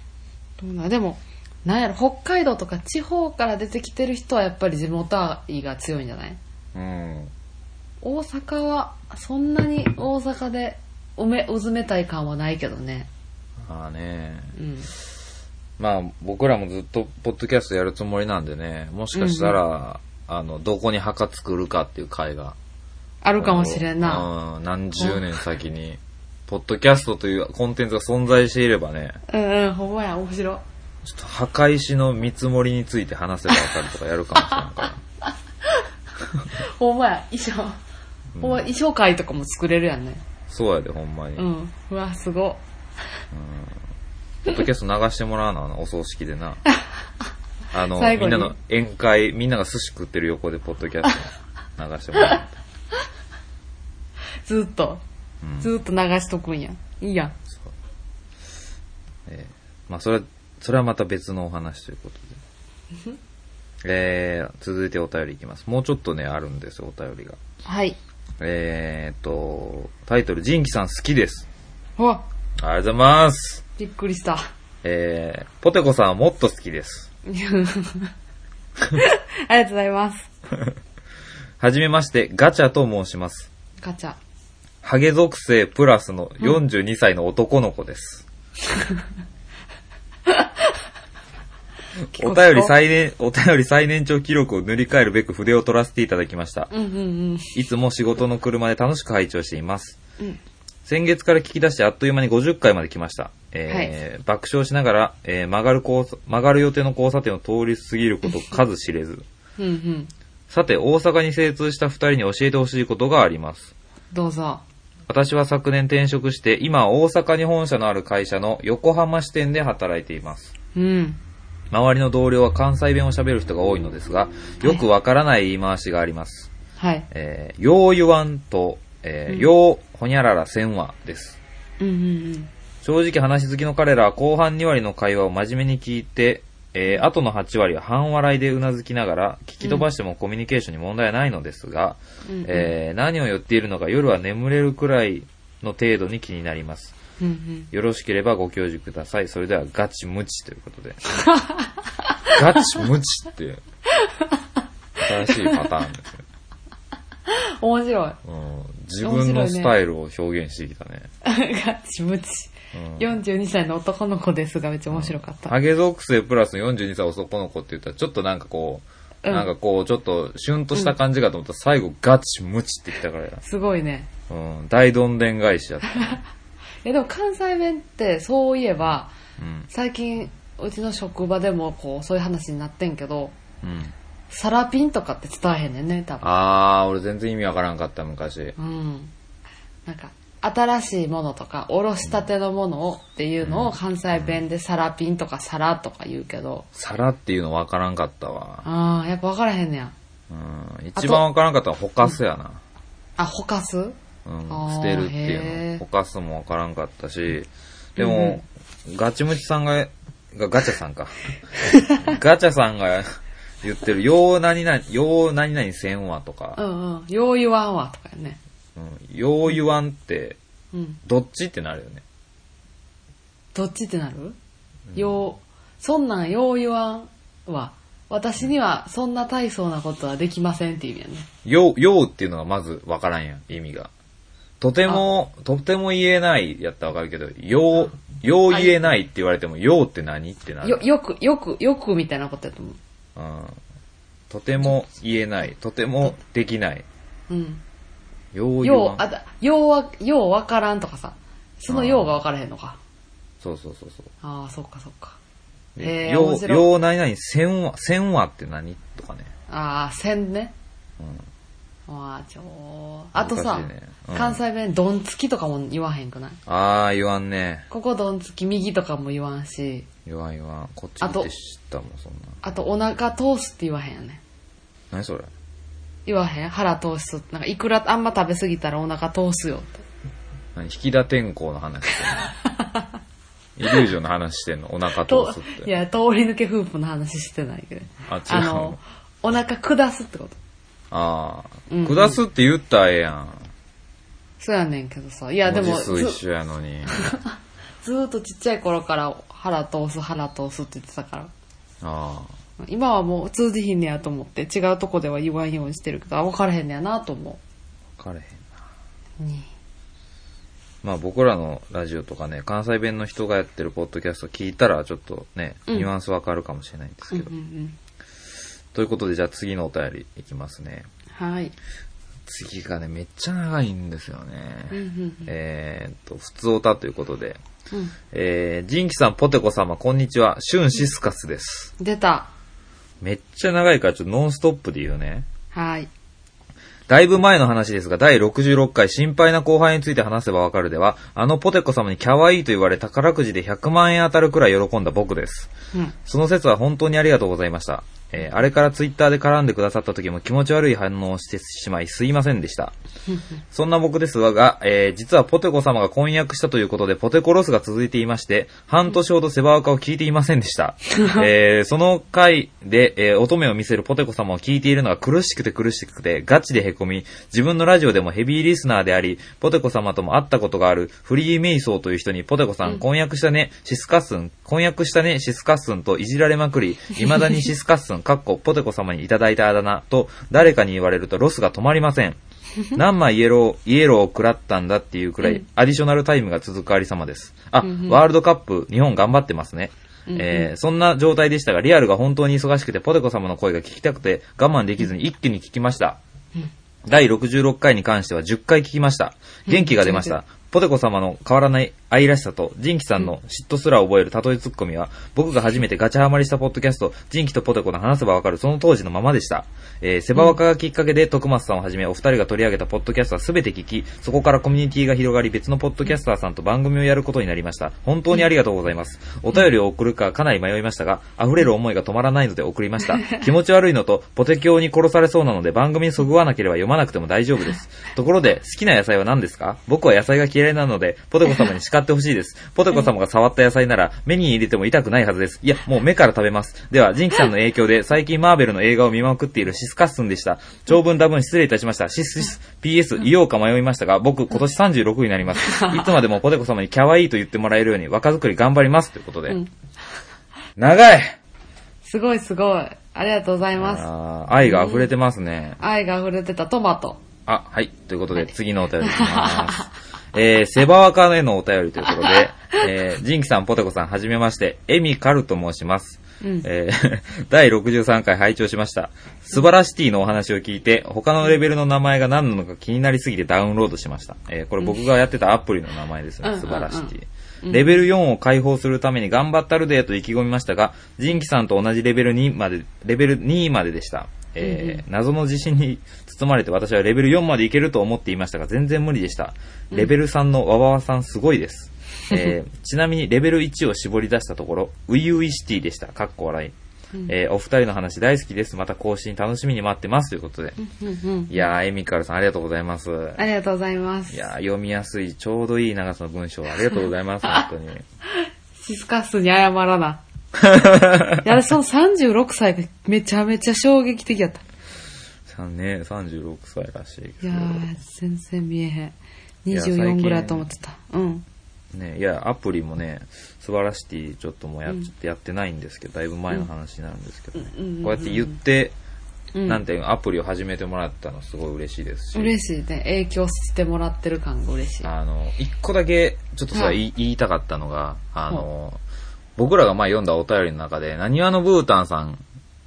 [SPEAKER 2] どうなんでも、なんやろ、北海道とか地方から出てきてる人はやっぱり地元愛が強いんじゃない
[SPEAKER 1] うん。
[SPEAKER 2] 大阪は、そんなに大阪で埋め、うずめたい感はないけどね。
[SPEAKER 1] まあね。
[SPEAKER 2] うん。
[SPEAKER 1] まあ僕らもずっとポッドキャストやるつもりなんでね、もしかしたら、あの、どこに墓作るかっていう回が。
[SPEAKER 2] あるかもしれんな。
[SPEAKER 1] うん、何十年先に、ポッドキャストというコンテンツが存在していればね、
[SPEAKER 2] うんうん、ほんまや、面白い。
[SPEAKER 1] ちょっと墓石の見積もりについて話せばわかるとかやるかもしれんか ら。
[SPEAKER 2] ほんまや、衣装。ほんま、衣装会とかも作れるやんね。
[SPEAKER 1] そうやで、ほんまに。
[SPEAKER 2] う
[SPEAKER 1] ポッ
[SPEAKER 2] ん。うわ、すご。
[SPEAKER 1] ドキャスト流してもらわな、あのお葬式で な。あの、
[SPEAKER 2] 最後
[SPEAKER 1] みん
[SPEAKER 2] に
[SPEAKER 1] なの宴会、みんなが寿司食ってる横でポッドキャスト流してもらう。
[SPEAKER 2] ずっと、ずっと流しとくんや。いいやん。
[SPEAKER 1] えーまあ、それは、それはまた別のお話ということで。えー、続いてお便りいきます。もうちょっとね、あるんですよ、お便りが。
[SPEAKER 2] はい。
[SPEAKER 1] えーっと、タイトル、ジンキさん好きです。
[SPEAKER 2] うわ、
[SPEAKER 1] ありがとうございます。
[SPEAKER 2] びっくりした。
[SPEAKER 1] えー、ポテコさんはもっと好きです。
[SPEAKER 2] ありがとうございます。
[SPEAKER 1] はじめまして、ガチャと申します。
[SPEAKER 2] ガチャ。
[SPEAKER 1] ハゲ属性プラスの42歳の男の子です。お便り最年、お便り最年長記録を塗り替えるべく筆を取らせていただきました。
[SPEAKER 2] うんうんうん。
[SPEAKER 1] いつも仕事の車で楽しく拝聴しています。
[SPEAKER 2] うん
[SPEAKER 1] 先月から聞き出してあっという間に50回まで来ました。えー爆笑しながら、えー曲がる交差曲がる予定の交差点を通り過ぎること数知れず。
[SPEAKER 2] うんうん。
[SPEAKER 1] さて、大阪に精通した二人に教えてほしいことがあります。
[SPEAKER 2] どうぞ。
[SPEAKER 1] 私は昨年転職して、今大阪に本社のある会社の横浜支店で働いています。
[SPEAKER 2] うん。
[SPEAKER 1] 周りの同僚は関西弁を喋る人が多いのですが、よくわからない言い回しがあります。
[SPEAKER 2] はい。
[SPEAKER 1] えー、よう言わんと、えー、ようほにゃららせんわです。
[SPEAKER 2] うんうんうん。
[SPEAKER 1] 正直話好きの彼らは後半2割の会話を真面目に聞いて、えー、後の8割は半笑いでうなずきながら、聞き飛ばしてもコミュニケーションに問題はないのですが、
[SPEAKER 2] うんうん
[SPEAKER 1] えー、何を言っているのか夜は眠れるくらいの程度に気になります。
[SPEAKER 2] うんうん。
[SPEAKER 1] よろしければご教授ください。それではガチムチということ で。ガチムチって、新しいパターンですね。
[SPEAKER 2] 面
[SPEAKER 1] う
[SPEAKER 2] 白い。
[SPEAKER 1] ん、自分のスタイルを表現してきたね。
[SPEAKER 2] ガチムチ。42歳の男の子ですがめっちゃ面白かった。
[SPEAKER 1] ハゲ属性プラス42歳男の子って言ったら、ちょっとなんかこう、
[SPEAKER 2] うん
[SPEAKER 1] なんかこう、ちょっと、シュンとした感じかと思ったら、最後ガチムチってきたからや。
[SPEAKER 2] すごいね。
[SPEAKER 1] うん、大どんでん返しやった。
[SPEAKER 2] えでも関西弁ってそういえば
[SPEAKER 1] うん。
[SPEAKER 2] 最近うちの職場でもこうそういう話になってんけど
[SPEAKER 1] うん。
[SPEAKER 2] サラピンとかって伝わへんねんね多分
[SPEAKER 1] あー、俺全然意味わからんかった、昔。
[SPEAKER 2] うんなんか新しいものとかおろしたてのものをっていうのを関西弁でサラピンとかサラとか言うけど
[SPEAKER 1] 皿っていうのわからんかったわ。
[SPEAKER 2] ああやっぱ分からへんねや
[SPEAKER 1] うん。一番わからんかったのはほかすやな。
[SPEAKER 2] あほかす
[SPEAKER 1] うん。
[SPEAKER 2] あー
[SPEAKER 1] 捨てるってい
[SPEAKER 2] へ
[SPEAKER 1] うの。
[SPEAKER 2] ー
[SPEAKER 1] ほかすもわからんかったし、でも、ガチムチさんが、がガチャさんか。ガチャさんが 言ってる、よう何々、よう何々せんわと
[SPEAKER 2] う
[SPEAKER 1] か、
[SPEAKER 2] んうんよう言わんわとかやね
[SPEAKER 1] うん、よう言わんって、
[SPEAKER 2] うん
[SPEAKER 1] どっちってなるよね。
[SPEAKER 2] どっちってなる、ようそんなんよう言わんは私にはそんな大層なことはできませんっていう意味やね
[SPEAKER 1] よう、ようっていうのがまずわからんやん、意味が。とても、とても言えないやったらわかるけど、よう、よう言えないって言われても、ようって何ってなる。
[SPEAKER 2] よよくよくよくみたいなことやと思う
[SPEAKER 1] うん。とても言えない、とてもできない。
[SPEAKER 2] うん
[SPEAKER 1] よう言
[SPEAKER 2] よ
[SPEAKER 1] わ
[SPEAKER 2] うあ
[SPEAKER 1] ん。
[SPEAKER 2] だようはようわからんとかさそのようがわからへんのか
[SPEAKER 1] そうそうそうそう。
[SPEAKER 2] ああーそっかそっか
[SPEAKER 1] で
[SPEAKER 2] へー
[SPEAKER 1] よ
[SPEAKER 2] 面
[SPEAKER 1] う、
[SPEAKER 2] 白い
[SPEAKER 1] よう何々、せんわ、せんわって何とかね。
[SPEAKER 2] ああ線ね
[SPEAKER 1] うん。
[SPEAKER 2] ああちょあとさ、
[SPEAKER 1] 難しいねうん
[SPEAKER 2] 関西弁どんつきとかも言わへんくない
[SPEAKER 1] あー、言わんね。
[SPEAKER 2] ここどんつき右とかも言わんし
[SPEAKER 1] 言わん言わん。こっち来て知ったもん、そんな。
[SPEAKER 2] あとお腹通すって言わへんよね
[SPEAKER 1] 何それ
[SPEAKER 2] 言わへん腹通すなんかいくらあんま食べ過ぎたらお腹通すよって
[SPEAKER 1] 何引き田天候の話 してんのイリュージョンの話してんのお腹通すっ
[SPEAKER 2] い
[SPEAKER 1] て。
[SPEAKER 2] や通り抜け夫婦の話してないけど
[SPEAKER 1] あ違う
[SPEAKER 2] のお腹下すってこと
[SPEAKER 1] ああ、
[SPEAKER 2] うんうん
[SPEAKER 1] 下すって言ったらええやん。
[SPEAKER 2] そうやねんけどさいやでも
[SPEAKER 1] 文字数
[SPEAKER 2] ず
[SPEAKER 1] 一緒やのに。
[SPEAKER 2] ずーっとちっちゃい頃から腹通す腹通すって言ってたから
[SPEAKER 1] あ
[SPEAKER 2] 今はもう通じひんねやと思って違うとこでは言わんようにしてるけどあ分からへんねやなと思
[SPEAKER 1] あ、分かれへんな。
[SPEAKER 2] うに
[SPEAKER 1] まあ僕らのラジオとかね、関西弁の人がやってるポッドキャスト聞いたらちょっとね、
[SPEAKER 2] うん
[SPEAKER 1] ニュアンスわかるかもしれないんです
[SPEAKER 2] う
[SPEAKER 1] け
[SPEAKER 2] ん
[SPEAKER 1] ど。
[SPEAKER 2] うんうん
[SPEAKER 1] ということでじゃあ次のお便りいきますね。
[SPEAKER 2] はい
[SPEAKER 1] 次がね、めっちゃ長いんですよ
[SPEAKER 2] うんう
[SPEAKER 1] ね。
[SPEAKER 2] ん
[SPEAKER 1] えーっと、普通おたということで。
[SPEAKER 2] うんうん
[SPEAKER 1] えー、ジンキさん、ポテコ様、こんにちは。シュンシスカスです。
[SPEAKER 2] 出た
[SPEAKER 1] めっちゃ長いからちょっとノンストップで言うね。
[SPEAKER 2] はい
[SPEAKER 1] だいぶ前の話ですが、第66回心配な後輩について話せばわかるでは、あのポテコ様にキャワイイと言われ宝くじで100万円当たるくらい喜んだ僕です。
[SPEAKER 2] うん
[SPEAKER 1] その説は本当にありがとうございました。えーあれからツイッターで絡んでくださった時も気持ち悪い反応をしてしまいすいませんでした。そんな僕ですが、えー実はポテコ様が婚約したということで、ポテコロスが続いていまして、半年ほどセバーカを聞いていませんで した。えーその回で、えー乙女を見せるポテコ様を聞いているのが苦しくて苦しくて、ガチで凹み、自分のラジオでもヘビーリスナーであり、ポテコ様とも会ったことがあるフリーメイソーという人に、ポテコさん婚約したね、シスカッスン、婚約したね、シスカッスンといじられまくり、未だにシスカッスン、かっこポテコ様にいただいたあだ名と、誰かに言われるとロスが止まりません。何枚イエロー、イエローを食らったんだっていうくらい、アディショナルタイムが続くありさまです。あ、ワールドカップ、日本頑張ってますね。えーそんな状態でしたが、リアルが本当に忙しくて、ポテコ様の声が聞きたくて、我慢できずに一気に聞きました。第66回に関しては10回聞きました。元気が出ました。ポテコ様の変わらない愛らしさと、ジンキさんの嫉妬すら覚える例えツッコミは、僕が初めてガチャハマりしたポッドキャスト、ジンキとポテコの話せばわかるその当時のままでした。えーセバワカがきっかけで、徳松さんをはじめお二人が取り上げたポッドキャストは全て聞き、そこからコミュニティが広がり、別のポッドキャスターさんと番組をやることになりました。本当にありがとうございます。お便りを送るかかなり迷いましたが、溢れる思いが止まらないので送りま した。気持ち悪いのと、ポテキョに殺されそうなので番組にそぐわなければ読まなくても大丈夫 です。ところで、好きな野菜は何ですか僕は野菜が嫌いなので、ポテコ様に叱ってほしいです。ポテコ様が触った野菜なら、目に入れても痛くないはずです。いや、もう目から食べます。では、ジンキさんの影響で、最近マーベルの映画を見まくっているシスカッスンでした。長文多分失礼いたしました。シスシス、PS、言おうか迷いましたが、僕、今年36になります。いつまでもポテコ様にキャワイイと言ってもらえるように、若作り頑張ります。ということで。
[SPEAKER 2] うん
[SPEAKER 1] 長い
[SPEAKER 2] すごいすごいありがとうございます
[SPEAKER 1] あー愛が溢れてますね。
[SPEAKER 2] 愛が溢れてたトマト
[SPEAKER 1] あ、はい。ということで、次のお便りいきます。 えー、セバワカへのお便りということで、えー、ジンキさん、ポテコさん、はじめまして、エミカルと申します。
[SPEAKER 2] うん
[SPEAKER 1] えー 第63回拝聴しました。素晴らしティのお話を聞いて、他のレベルの名前が何なのか気になりすぎてダウンロードしました。えーこれ僕がやってたアプリの名前です
[SPEAKER 2] うん
[SPEAKER 1] ね。素晴らしティ
[SPEAKER 2] うんうん
[SPEAKER 1] レベル4を解放するために頑張ったるでと意気込みましたが、ジンキさんと同じレベル2まで、レベル2まででした。えー謎の自信に包まれて私はレベル4までいけると思っていましたが、全然無理でした。レベル3のわわわさんすごいです。え ーちなみにレベル1を絞り出したところ、ウイウイシティでした。かっこ笑い。えーお二人の話大好きです。また更新楽しみに待ってます。ということで。
[SPEAKER 2] うんうん
[SPEAKER 1] いやー、エミカルさんありがとうございます。
[SPEAKER 2] ありがとうございます
[SPEAKER 1] い。やー、読みやすい、ちょうどいい長さの文章ありがとうござい ます。本当に。
[SPEAKER 2] シスカスに謝ら な。いや、その36歳がめちゃめちゃ衝撃的やった。
[SPEAKER 1] さんね、36歳らしい
[SPEAKER 2] い
[SPEAKER 1] け
[SPEAKER 2] や
[SPEAKER 1] ど。
[SPEAKER 2] ー、全然見えへん。
[SPEAKER 1] いや最近
[SPEAKER 2] 24ぐらいやと思ってた。うん。
[SPEAKER 1] ね、いや、アプリもね、素晴らしい、ちょっともうや,、やってないんですけど、だいぶ前の話になるんですけどね。
[SPEAKER 2] うんうんうんうん
[SPEAKER 1] こうやって言って、
[SPEAKER 2] うん
[SPEAKER 1] なんていうのアプリを始めてもらったのすごい嬉しいですし。
[SPEAKER 2] 嬉しいね。影響してもらってる感が嬉しい。
[SPEAKER 1] あの、一個だけ、ちょっとそれは
[SPEAKER 2] はい
[SPEAKER 1] 言い言いたかったのが、あの、僕らが前読んだお便りの中で、なにわのブータンさん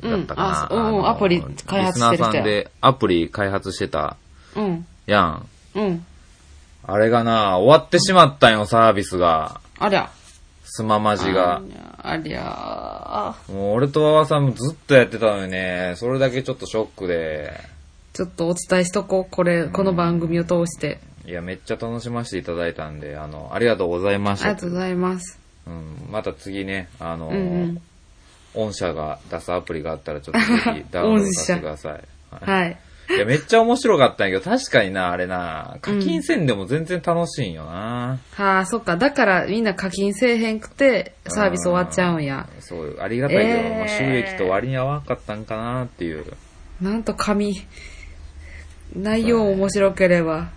[SPEAKER 1] だったかな。
[SPEAKER 2] うんあそううん
[SPEAKER 1] の
[SPEAKER 2] アプリ開発し
[SPEAKER 1] リ
[SPEAKER 2] てる人や
[SPEAKER 1] スナーさんでアプリ開発してた
[SPEAKER 2] うん。
[SPEAKER 1] やん。
[SPEAKER 2] うん。
[SPEAKER 1] あれがな、終わってしまったんよ、サービスが。
[SPEAKER 2] ありゃ。
[SPEAKER 1] スママジが。
[SPEAKER 2] ありゃー。
[SPEAKER 1] もう俺と和和さんもずっとやってたのにね、それだけちょっとショックで、
[SPEAKER 2] ちょっとお伝えしとこう。これ、この番組を通して。
[SPEAKER 1] いや、めっちゃ楽しませていただいたんで、あの、ありがとうございまし
[SPEAKER 2] あり
[SPEAKER 1] た
[SPEAKER 2] が。とうございます。
[SPEAKER 1] うん、また次ね、あの、
[SPEAKER 2] うんうん
[SPEAKER 1] 御社が出すアプリがあったら、ちょっと ぜひダウンロードさせてください。は
[SPEAKER 2] はい。
[SPEAKER 1] い、いやめっちゃ面白かったんやけど、確かにな、あれな、課金せんでも全然楽しいんよな。
[SPEAKER 2] はあ、そっか。だからみんな課金せえへんくて、サービス終わっちゃうんや。
[SPEAKER 1] そう、ありがたいけど、
[SPEAKER 2] えー
[SPEAKER 1] まあ収益と割に合わなかったんかなっていう。
[SPEAKER 2] なんと紙。内容面白ければ、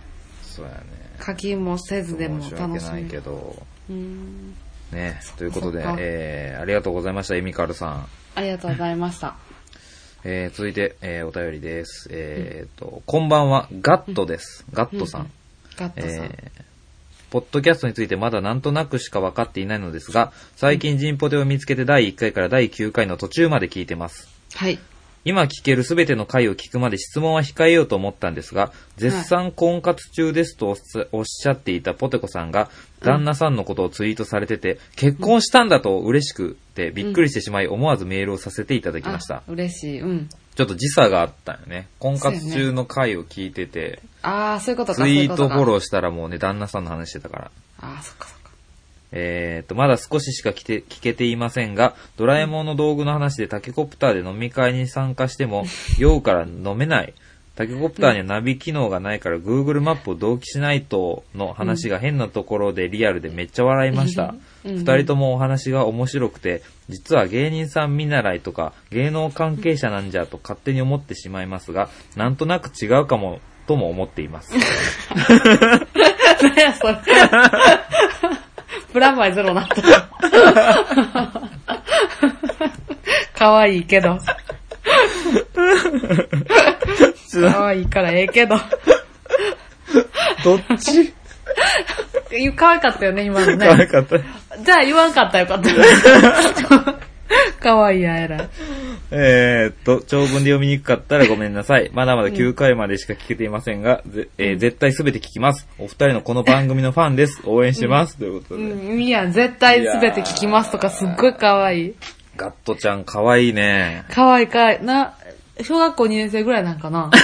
[SPEAKER 1] そうやね。
[SPEAKER 2] 課金もせずでも
[SPEAKER 1] 申し訳
[SPEAKER 2] 楽し
[SPEAKER 1] ないけ
[SPEAKER 2] む。
[SPEAKER 1] ど。
[SPEAKER 2] うん
[SPEAKER 1] ね、ということで
[SPEAKER 2] そっか、
[SPEAKER 1] えー、ありがとうございました、エミカルさん。
[SPEAKER 2] ありがとうござい ました。
[SPEAKER 1] えー、続いて、えー、お便りです。えー、と、こんばんは、ガットです。ガットさん。
[SPEAKER 2] ガットさん。
[SPEAKER 1] えーポッドキャストについてまだなんとなくしか分かっていないのですが、最近ジンポテを見つけて第1回から第9回の途中まで聞いてます。
[SPEAKER 2] はい。
[SPEAKER 1] 今聞けるすべての回を聞くまで質問は控えようと思ったんですが、絶賛婚活中ですとおっしゃおっしゃっていたポテコさんが、旦那さんのことをツイートされてて、結婚したんだと嬉しくてびっくりしてしまい、思わずメールをさせていただきました
[SPEAKER 2] あ。嬉しい。うん。
[SPEAKER 1] ちょっと時差があったよね。婚活
[SPEAKER 2] そうやね
[SPEAKER 1] 中の回を聞いてて、
[SPEAKER 2] ああ、そういうことか。
[SPEAKER 1] ツイートフォ
[SPEAKER 2] ー。
[SPEAKER 1] ローしたらもうね、旦那さんの話してたから。
[SPEAKER 2] ああ、そっかそっか。
[SPEAKER 1] えー、と、まだ少ししか聞け聞けていませんが、ドラえもんの道具の話でタケコプターで飲み会に参加して も、酔うから飲めない。タケコプターにはナビ機能がないから Google マップを同期しないとの話が変なところでリアルでめっちゃ笑いました。
[SPEAKER 2] うん
[SPEAKER 1] 二人ともお話が面白くて、実は芸人さん見習いとか芸能関係者なんじゃと勝手に思ってしまいますが、なんとなく違うかも、とも思っています。
[SPEAKER 2] 何やそれ。 プラマイゼロなった。 可愛いけ ど。可愛いからええけど。
[SPEAKER 1] どっ ち
[SPEAKER 2] 可愛かったよね、今の
[SPEAKER 1] 可愛
[SPEAKER 2] ね。
[SPEAKER 1] かった。
[SPEAKER 2] じゃあ言わんかったらよかった。 可愛いや、えらい。
[SPEAKER 1] えー、っと、長文で読みにくかったらごめんなさい。まだまだ9回までしか聞けていませんが、ぜえー絶対すべて聞きます。お二人のこの番組のファンです。応援してます。と いうこと
[SPEAKER 2] う
[SPEAKER 1] で、
[SPEAKER 2] ん、いいやん、絶対すべて聞きますとか、すっごい可愛い。。
[SPEAKER 1] ガットちゃんかわいいね
[SPEAKER 2] 可愛い可愛い。な、小学校2年生ぐらいなんか な。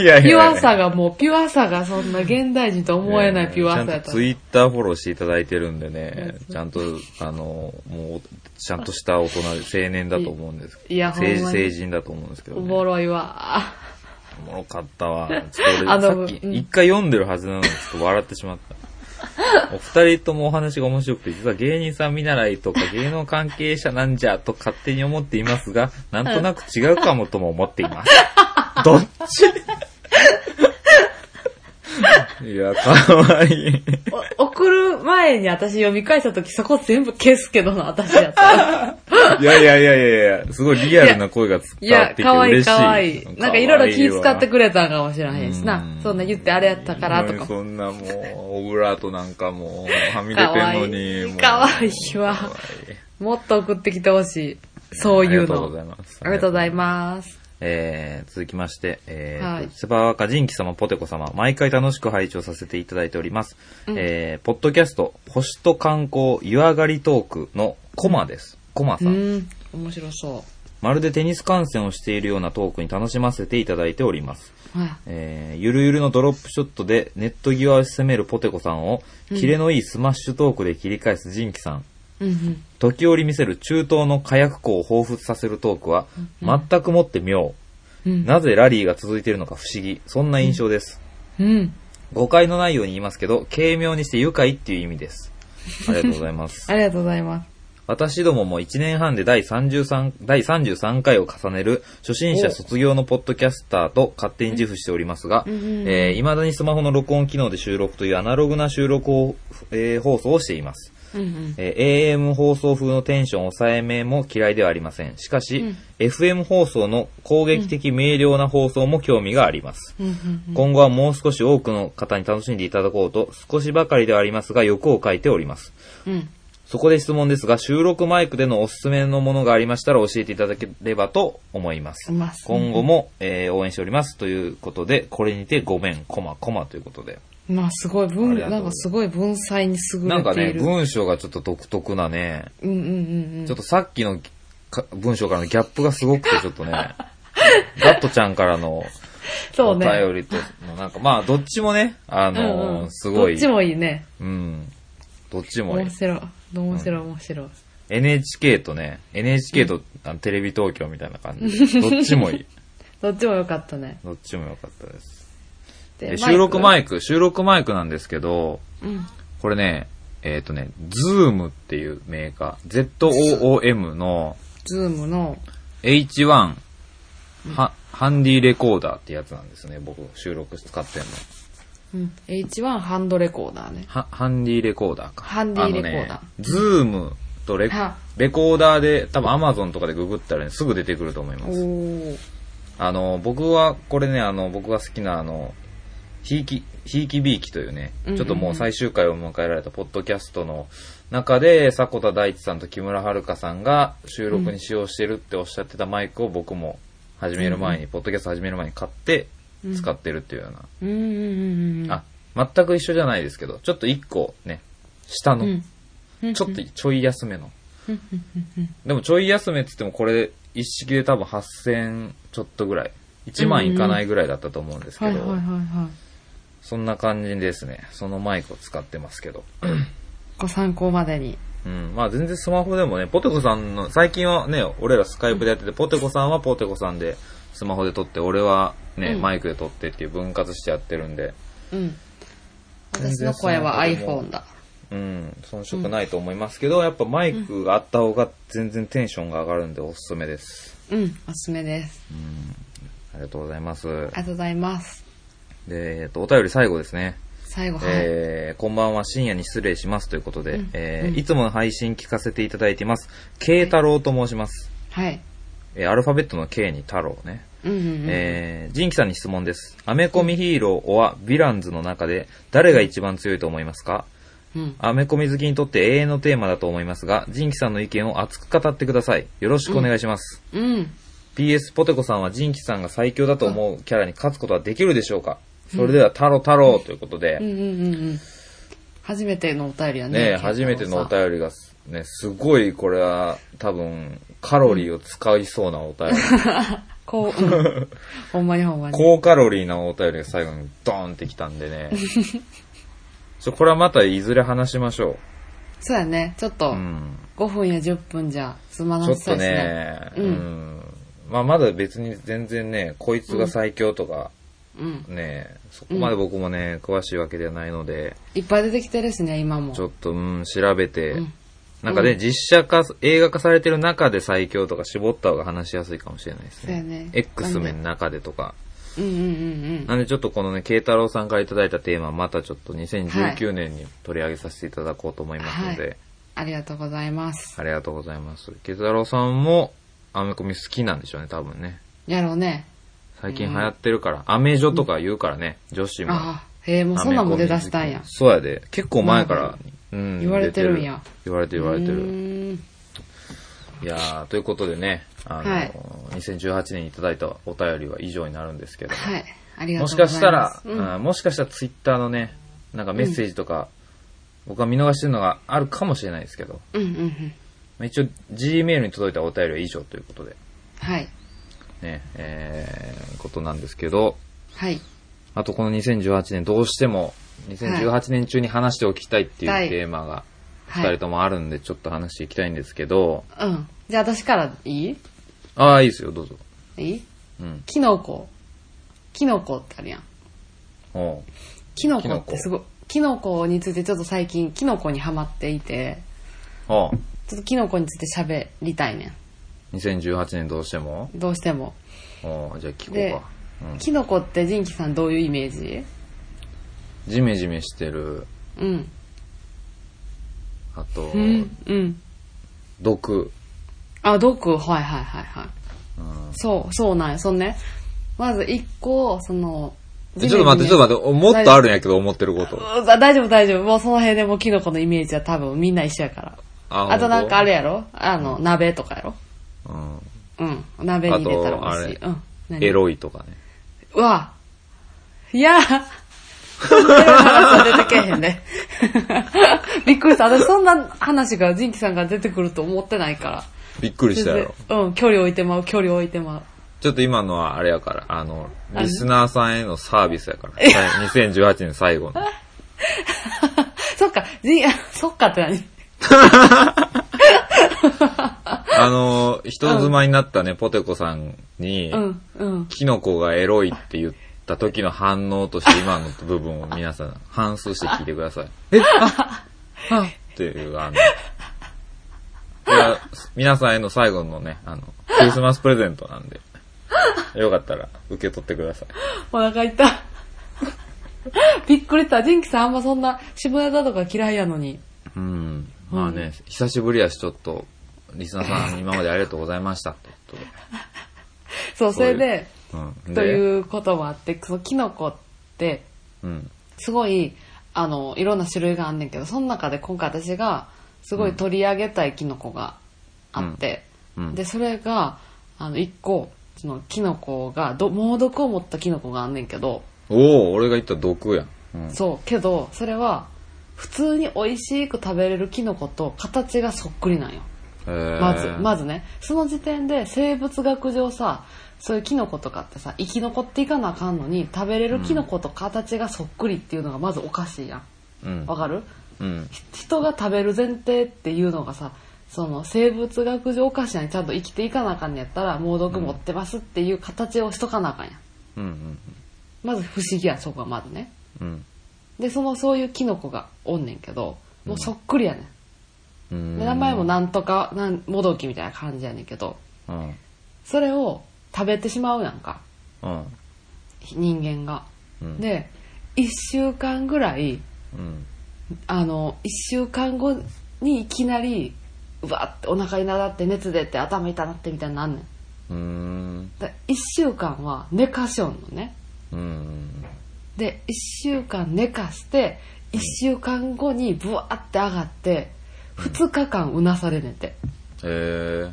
[SPEAKER 1] いやいやいや
[SPEAKER 2] ピュアさがもう、ピュアさがそんな現代人と思えないピュアさ
[SPEAKER 1] ちゃ
[SPEAKER 2] や
[SPEAKER 1] ん
[SPEAKER 2] っ
[SPEAKER 1] と
[SPEAKER 2] た。
[SPEAKER 1] ツイッターフォローしていただいてるんでね、ちゃんと、あの、もう、ちゃんとした大人で、青年だと思うんですけど。
[SPEAKER 2] いやほんま
[SPEAKER 1] 成
[SPEAKER 2] に
[SPEAKER 1] 成人だと思うんですけど、
[SPEAKER 2] お
[SPEAKER 1] ね。
[SPEAKER 2] もろいわ。
[SPEAKER 1] おもろかった わ。ちょっと
[SPEAKER 2] あ
[SPEAKER 1] 俺、
[SPEAKER 2] の
[SPEAKER 1] さっき、
[SPEAKER 2] うん
[SPEAKER 1] 一回読んでるはずなのに、ちょっと笑ってしまった。 お二人ともお話が面白くて、実は芸人さん見習いとか芸能関係者なんじゃと勝手に思っています が、なんとなく違うかもとも思っています。 どっちいや、かわいい。
[SPEAKER 2] お送る前に私読み返した時そこ全部消すけどな、私やった ら。
[SPEAKER 1] いやいやいやいやいや、すごいリアルな声が
[SPEAKER 2] い
[SPEAKER 1] 伝わっ
[SPEAKER 2] や、
[SPEAKER 1] てきて
[SPEAKER 2] かわい
[SPEAKER 1] 嬉
[SPEAKER 2] い
[SPEAKER 1] しい。
[SPEAKER 2] かわいい。なんかいろいろ気使って
[SPEAKER 1] く
[SPEAKER 2] くれたんかもしれへんしな
[SPEAKER 1] う。ん
[SPEAKER 2] そんな言ってあれやったからとか。
[SPEAKER 1] そんなもう、オブラートなんか もう、はみ出
[SPEAKER 2] かわ
[SPEAKER 1] てんの
[SPEAKER 2] い
[SPEAKER 1] に。
[SPEAKER 2] い。
[SPEAKER 1] もう
[SPEAKER 2] かわいいわ。もっと送ってきてほしい。そうい
[SPEAKER 1] あり
[SPEAKER 2] うの
[SPEAKER 1] がとうございます。
[SPEAKER 2] ありがとうございます。
[SPEAKER 1] えー、続きまして、えー
[SPEAKER 2] はい
[SPEAKER 1] セバーカジンキ様、ポテコ様、毎回楽しく拝聴させていただいております。えー、ポッドキャスト、星と観光、湯上がりトークのコマです。コマさ。
[SPEAKER 2] うんん、面白そ
[SPEAKER 1] まるでテニス観戦をしているようなトークに楽しませていただいております。
[SPEAKER 2] う。はい。
[SPEAKER 1] えーゆるゆるのドロップショットでネット際を攻めるポテコさんを、キレのいいスマッシュトークで切り返すジンキさん。
[SPEAKER 2] うんうん。
[SPEAKER 1] 時折見せる中東の火薬庫を彷彿させるトークは、全くもって妙。
[SPEAKER 2] うん
[SPEAKER 1] なぜラリーが続いているのか不思議。そんな印象です。
[SPEAKER 2] うん。
[SPEAKER 1] 誤解のないように言いますけど、軽妙にして愉快っていう意味です。ありがとうございます。
[SPEAKER 2] ありがとうございます。
[SPEAKER 1] 私どもも1年半で第33、第33回を重ねる初心者卒業のポッドキャスターと勝手に自負しておりますが、
[SPEAKER 2] ん
[SPEAKER 1] えー未だにスマホの録音機能で収録というアナログな収録を、えー放送をしています。
[SPEAKER 2] うんうん。
[SPEAKER 1] えー AM 放送風のテンション抑えめも嫌いではありません。しかし、
[SPEAKER 2] うん
[SPEAKER 1] FM 放送の攻撃的明瞭な放送も興味があります。
[SPEAKER 2] うんうん
[SPEAKER 1] 今後はもう少し多くの方に楽しんでいただこうと、少しばかりではありますが欲を書いております。
[SPEAKER 2] うん。うん。
[SPEAKER 1] そこで質問ですが、収録マイクでのおすすめのものがありましたら教えていただければと思います。
[SPEAKER 2] います
[SPEAKER 1] 今後も、えー応援しております。ということで、これにてごめん、コマ、コマということで。
[SPEAKER 2] まあすごい
[SPEAKER 1] あ
[SPEAKER 2] 文、
[SPEAKER 1] りがとう
[SPEAKER 2] なんかすごい文才に優
[SPEAKER 1] なん
[SPEAKER 2] れ
[SPEAKER 1] か
[SPEAKER 2] て
[SPEAKER 1] ね、
[SPEAKER 2] いる。ね、
[SPEAKER 1] 文章がちょっと独特なね、
[SPEAKER 2] うんうんうんうん。
[SPEAKER 1] ちょっとさっきのか文章からのギャップがすごくて、ちょっ とね、ガットちゃんからの
[SPEAKER 2] そう
[SPEAKER 1] お
[SPEAKER 2] ね。
[SPEAKER 1] 便りと、なんかまあ、どっちもね、あの
[SPEAKER 2] うんうん
[SPEAKER 1] すごい、
[SPEAKER 2] どっちもいいね。
[SPEAKER 1] うん、どっちもいい
[SPEAKER 2] 面白い。面白い面白い。
[SPEAKER 1] NHK とね、NHK と、あのテレビ東京みたいな感じで、どっちもいい。
[SPEAKER 2] どっちも良かったね。
[SPEAKER 1] どっちも良かったです。
[SPEAKER 2] で
[SPEAKER 1] で収録マ
[SPEAKER 2] イ
[SPEAKER 1] イク、収録マイクなんですけど、
[SPEAKER 2] クうん。
[SPEAKER 1] これね、えっ、とね、Zoom っていうメーカー、ZOOM の
[SPEAKER 2] ズームの、
[SPEAKER 1] H1 は、ハンディレコーダーってやつなんですね、僕、収録使ってんの。
[SPEAKER 2] うん、H1 ハンドレコーダーね。
[SPEAKER 1] はハンディレコーダーか。
[SPEAKER 2] ハンディレコーダー
[SPEAKER 1] あのね、Zoom とレ
[SPEAKER 2] は
[SPEAKER 1] レコーダーで、多分 Amazon とかでググったらね、すぐ出てくると思いま
[SPEAKER 2] お
[SPEAKER 1] す。
[SPEAKER 2] ー。
[SPEAKER 1] あの、僕は、これね、あの、僕が好きな、あの、ひいき、ひいきびいきというね、
[SPEAKER 2] うんうん
[SPEAKER 1] ち
[SPEAKER 2] うん
[SPEAKER 1] ょっともう最終回を迎えられたポッドキャストの中で、迫田大地さんと木村遥さんが収録に使用してるっておっしゃってたマイクを僕も始める前に、ポッドキャスト始める前に買って、使ってるっていうような。
[SPEAKER 2] うんうんうんうん。
[SPEAKER 1] あ、全く一緒じゃないですけど、ちょっと一個ね、下の、
[SPEAKER 2] うん
[SPEAKER 1] ちょっとちょい安めの。
[SPEAKER 2] うん
[SPEAKER 1] でもちょい安めって言ってもこれ一式で多分8000ちょっとぐらい。1万いかないぐらいだったと思うんです
[SPEAKER 2] は
[SPEAKER 1] け
[SPEAKER 2] いはいはい
[SPEAKER 1] ど、
[SPEAKER 2] はい。
[SPEAKER 1] そんな感じですね。そのマイクを使ってますけど。
[SPEAKER 2] ご参考までに。
[SPEAKER 1] うん。まあ全然スマホでもね、ポテコさんの、最近はね、俺らスカイプでやってて、ポテコさんはポテコさんでスマホで撮って、俺はね、
[SPEAKER 2] うん
[SPEAKER 1] マイクで撮ってっていう分割してやってるんで、
[SPEAKER 2] うん。
[SPEAKER 1] 全然
[SPEAKER 2] 私の声は
[SPEAKER 1] そんなことも
[SPEAKER 2] iPhone だ。
[SPEAKER 1] うん、遜色ないと思いますけど、やっぱマイクがあった方が全然テンションが上がるんでおすすめです。
[SPEAKER 2] うん、おすすめです。
[SPEAKER 1] ありがとうございます。
[SPEAKER 2] ありがとうございます。
[SPEAKER 1] で、えっと、お便り最後ですね。
[SPEAKER 2] 最後、はい。
[SPEAKER 1] えーこんばんは、深夜に失礼しますということで、えーいつもの配信聞かせていただいています。慶太郎と申します。
[SPEAKER 2] はい。
[SPEAKER 1] えーアルファベットの K に太郎ね。
[SPEAKER 2] うんうんうん。
[SPEAKER 1] えー、ジンキさんに質問です。アメコミヒーローオアヴィランズの中で誰が一番強いと思いますか
[SPEAKER 2] うん。
[SPEAKER 1] アメコミ好きにとって永遠のテーマだと思いますが、ジンキさんの意見を熱く語ってください。よろしくお願いします。
[SPEAKER 2] うん。
[SPEAKER 1] PS ポテコさんはジンキさんが最強だと思うキャラに勝つことはできるでしょうかそれでは、太郎太郎ということで、
[SPEAKER 2] うんうんうんうん。初めてのお便りやね。
[SPEAKER 1] ね
[SPEAKER 2] ケンタロウさ
[SPEAKER 1] 初
[SPEAKER 2] ん
[SPEAKER 1] めてのお便りがす、ね、すごいこれは多分、カロリーを使いそうなお 便り。
[SPEAKER 2] こう、 うん、ほんまにほんまに。
[SPEAKER 1] 高カロリーなお便りが最後にドーンってきたんでね。 ちょ、これはまたいずれ話しましょ
[SPEAKER 2] そうやね。ちょっ
[SPEAKER 1] う。
[SPEAKER 2] と
[SPEAKER 1] う、ん。
[SPEAKER 2] 5分や10分じゃつまら
[SPEAKER 1] ちょ
[SPEAKER 2] な
[SPEAKER 1] っ
[SPEAKER 2] そう
[SPEAKER 1] と
[SPEAKER 2] ですね。
[SPEAKER 1] ね、
[SPEAKER 2] うん
[SPEAKER 1] うん。まあまだ別に全然ね、こいつが最強とか、
[SPEAKER 2] うん。
[SPEAKER 1] ね、そこまで僕もね、詳しいわけではないので、
[SPEAKER 2] いっぱい出てきてるしね、今も
[SPEAKER 1] ち。ょっと、うん、調べて、
[SPEAKER 2] ん
[SPEAKER 1] なんかね、実写化、映画化されてる中で最強とか絞った方が話しやすいかもしれないです
[SPEAKER 2] そうや
[SPEAKER 1] ね。
[SPEAKER 2] ね。
[SPEAKER 1] X 面の中でとか。
[SPEAKER 2] うんうんうん
[SPEAKER 1] なんでちょっとこのね、慶太郎さんからいただいたテーマ、またちょっと2019年に取り上げさせていただこうと思いますので、
[SPEAKER 2] はいありがとうございます。
[SPEAKER 1] ありがとうございます。慶太郎さんも、アメコミ好きなんでしょうね、多分ね。
[SPEAKER 2] やろうね。
[SPEAKER 1] 最近流行ってるから、アメ女とか言うからね、女子も。
[SPEAKER 2] ああ、へえ、もうそんなんも出だしたんや。
[SPEAKER 1] そうやで。結構前から、うん
[SPEAKER 2] 言われてるんや
[SPEAKER 1] 出る言われてる言われて
[SPEAKER 2] う
[SPEAKER 1] る。
[SPEAKER 2] ーん
[SPEAKER 1] いやー、ということでね、あの、
[SPEAKER 2] はい
[SPEAKER 1] 2018年にいただいたお便りは以上になるんですけど、
[SPEAKER 2] はい。ありが
[SPEAKER 1] も
[SPEAKER 2] と
[SPEAKER 1] し
[SPEAKER 2] うござい
[SPEAKER 1] か
[SPEAKER 2] ます。
[SPEAKER 1] したら、
[SPEAKER 2] うん
[SPEAKER 1] うんもしかしたらツイッターのね、なんかメッセージとか、僕は見逃してるのがあるかもしれないですけど、
[SPEAKER 2] うんうんうん。
[SPEAKER 1] まあ一応 G メールに届いたお便りは以上ということで、
[SPEAKER 2] はい。
[SPEAKER 1] ね、えー、ことなんですけど、
[SPEAKER 2] はい。
[SPEAKER 1] あとこの2018年どうしても2018年中に話しておきたいって
[SPEAKER 2] はいいう
[SPEAKER 1] テーマが
[SPEAKER 2] はい。
[SPEAKER 1] 2人ともあるんでちょっと話していきたいんですけど、
[SPEAKER 2] うん。じゃあ私からいい
[SPEAKER 1] ああ、いいですよ、どうぞ。
[SPEAKER 2] いい
[SPEAKER 1] うん。
[SPEAKER 2] キノコ。キノコってあるやん。
[SPEAKER 1] おう
[SPEAKER 2] キノコってすごい。キノコについてちょっと最近、キノコにハマっていて、
[SPEAKER 1] おう
[SPEAKER 2] ちょっとキノコについて喋りたいね
[SPEAKER 1] 2018年どうしても
[SPEAKER 2] ん。どうしても。
[SPEAKER 1] おうじゃあ聞こ
[SPEAKER 2] で
[SPEAKER 1] うか。うん。
[SPEAKER 2] キノコってジンキさんどういうイメージ
[SPEAKER 1] ジメジメしてる、
[SPEAKER 2] うん。
[SPEAKER 1] あと、
[SPEAKER 2] うん。うん。
[SPEAKER 1] 毒。
[SPEAKER 2] あ、毒はいはいはいはい。そう、そうなんや。そんね。まず一個、その、
[SPEAKER 1] えちょっと待って、ちょっと待ってお、もっとあるんやけど、思ってること。
[SPEAKER 2] うんだ大丈夫大丈夫。もうその辺でもうキノコのイメージは多分みんな一緒やから。
[SPEAKER 1] あ
[SPEAKER 2] あとなんかあれ
[SPEAKER 1] れ。
[SPEAKER 2] やろあの、鍋とかやろ
[SPEAKER 1] うん。
[SPEAKER 2] うん。鍋に入れたら美味しい。
[SPEAKER 1] あと
[SPEAKER 2] うん。何
[SPEAKER 1] エロいとかね。
[SPEAKER 2] うわ。いやー。そんな話は出てけへんね。 びっくりした。私そんな話が、ジンキさんが出てくると思ってないから。
[SPEAKER 1] びっくりしたやろ。
[SPEAKER 2] うん、距離置いてまう、距離置いてまう。
[SPEAKER 1] ちょっと今のはあれやから、あの、
[SPEAKER 2] あの
[SPEAKER 1] リスナーさんへのサービスやから。2018年最 後の。
[SPEAKER 2] そっか、ジン、 そっかって何
[SPEAKER 1] あの、人妻になったね、ポテコさんに
[SPEAKER 2] う、ん、うん。
[SPEAKER 1] キノコがエロいって言った時の反応として今の部分を皆さん、反数して聞いてくだ さい。えあっていう、あの、 これは皆さんへの最後のね、あの、クリスマスプレゼントなんで、よかったら受け取ってください。
[SPEAKER 2] お腹痛い。 びっくりした。ジンキさんあんまそんな下ネタとか嫌いやのに。
[SPEAKER 1] うん。まあね、久しぶりやし、ちょっと、リスナーさん、今までありがとうございました。というこ
[SPEAKER 2] そう、それで、
[SPEAKER 1] とで。うん。
[SPEAKER 2] と
[SPEAKER 1] う。
[SPEAKER 2] いうこともあって、そのキノコって、
[SPEAKER 1] うん。
[SPEAKER 2] すごい、あの、いろんな種類があんねんけど、その中で今回私が、すごい取り上げたいキノコがあって、
[SPEAKER 1] うんうん
[SPEAKER 2] で、それが、あの、一個、その、キノコが、ど猛毒を持ったキノコがあんねんけど、
[SPEAKER 1] おお俺が言った毒やん。うん。
[SPEAKER 2] そう、けど、それは、普通に美味しく食べれるキノコと形がそっくりなんよ。ま
[SPEAKER 1] ま
[SPEAKER 2] ず、まずね。その時点で生物学上さ、そういうキノコとかってさ、生き残っていかなあかんのに、食べれるキノコと形がそっくりっていうのがまずおかしいやん。
[SPEAKER 1] うん
[SPEAKER 2] わ。かる
[SPEAKER 1] うん。
[SPEAKER 2] 人が食べる前提っていうのがさその生物学上おかしなにちゃんと生きていかなあかんのやったら猛毒持ってますっていう形をしとかなあかんやん
[SPEAKER 1] うん。うん。
[SPEAKER 2] まず不思議やそこがまずね
[SPEAKER 1] うん。
[SPEAKER 2] でそのそういうキノコがおんねんけどもうそっくりやね、
[SPEAKER 1] うんん。
[SPEAKER 2] で名前もなんとかなんもどきみたいな感じやねんけど
[SPEAKER 1] うん。
[SPEAKER 2] それを食べてしまうやんか
[SPEAKER 1] うん。
[SPEAKER 2] 人間が
[SPEAKER 1] うん。
[SPEAKER 2] で1週間ぐらい
[SPEAKER 1] うん。
[SPEAKER 2] あの1週間後にいきなりうわってお腹になだって熱出て頭痛なってみたいになんねん
[SPEAKER 1] うーん。
[SPEAKER 2] だ1週間は寝かしょんのね
[SPEAKER 1] うん。
[SPEAKER 2] で1週間寝かして1週間後にブワーって上がって2日間うなされねんて
[SPEAKER 1] へえ。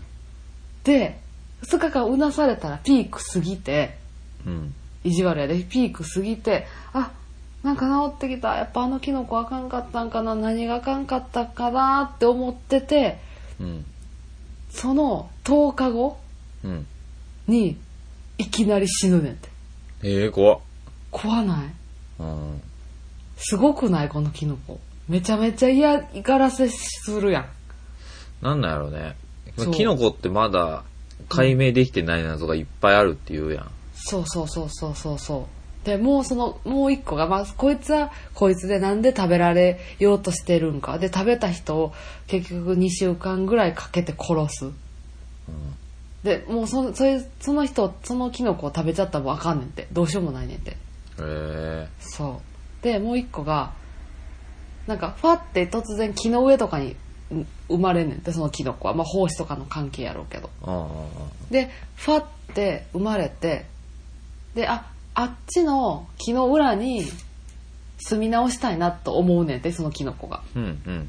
[SPEAKER 2] で2日間うなされたらピーク過ぎて
[SPEAKER 1] うん。
[SPEAKER 2] 意地悪やでピーク過ぎてあなんか治ってきたやっぱあのキノコあかんかったんかな何があかんかったかなって思ってて
[SPEAKER 1] うん。
[SPEAKER 2] その10日後
[SPEAKER 1] うん。
[SPEAKER 2] にいきなり死ぬねんて
[SPEAKER 1] ええ、怖っ。
[SPEAKER 2] 怖ない
[SPEAKER 1] うん。
[SPEAKER 2] すごくないこのキノコめちゃめちゃ嫌がらせするやん
[SPEAKER 1] なんなんやろうね。
[SPEAKER 2] そう
[SPEAKER 1] キノコってまだ解明できてない謎がいっぱいあるって言うやん。
[SPEAKER 2] そうそうそうそうそうそうでもうそのもう一個が、まあ、こいつはこいつでなんで食べられようとしてるんかで食べた人を結局2週間ぐらいかけて殺す、でもうそそれその人そのキノコを食べちゃったらもうあかんねんてどうしようもないねんて
[SPEAKER 1] へえ。
[SPEAKER 2] そうでもう一個がなんかファって突然木の上とかにん生まれんねんってそのキノコはまあ胞子とかの関係やろうけど
[SPEAKER 1] ああ。
[SPEAKER 2] でファって生まれてでああっちの木の裏に住み直したいなと思うねんってそのキノコが
[SPEAKER 1] うん。うん。うん。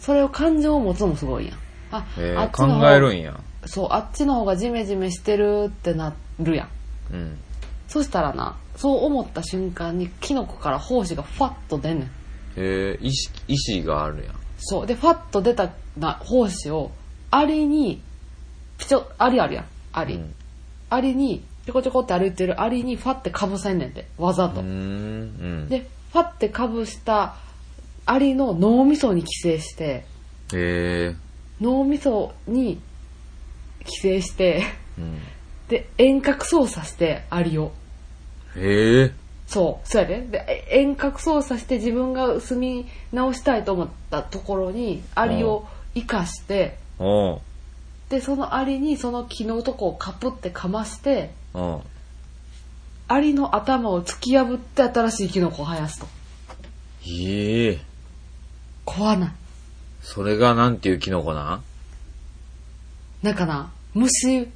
[SPEAKER 2] それを感情を持つのもすごいやんあ、
[SPEAKER 1] え
[SPEAKER 2] あ
[SPEAKER 1] ー
[SPEAKER 2] っちの方
[SPEAKER 1] 考えるんや。
[SPEAKER 2] そうあっちの方がジメジメしてるってなるやん
[SPEAKER 1] うん。
[SPEAKER 2] そしたらなそう思った瞬間にキノコから胞子がファッと出んねん
[SPEAKER 1] えー、意識、意志があるやん。
[SPEAKER 2] そうでファッと出たな胞子をアリにピチョアリあるやんアリ、
[SPEAKER 1] うん
[SPEAKER 2] アリにちょこちょこって歩いてるアリにファってかぶせんねんてわざ
[SPEAKER 1] うー
[SPEAKER 2] と、
[SPEAKER 1] ん。うん。
[SPEAKER 2] でファってかぶしたアリの脳みそに寄生して
[SPEAKER 1] え
[SPEAKER 2] 脳みそに寄生して
[SPEAKER 1] ー、うん。
[SPEAKER 2] で遠隔操作してアリを
[SPEAKER 1] えー、
[SPEAKER 2] そうそうやででえ遠隔操作して自分が住み直したいと思ったところにアリを生かして、
[SPEAKER 1] おう
[SPEAKER 2] でそのアリにその木のとこをカプってかまして
[SPEAKER 1] おう
[SPEAKER 2] アリの頭を突き破って新しいキノコを生やすと
[SPEAKER 1] ええー、
[SPEAKER 2] 怖ない
[SPEAKER 1] それがなんていうキノコなん
[SPEAKER 2] なんかな虫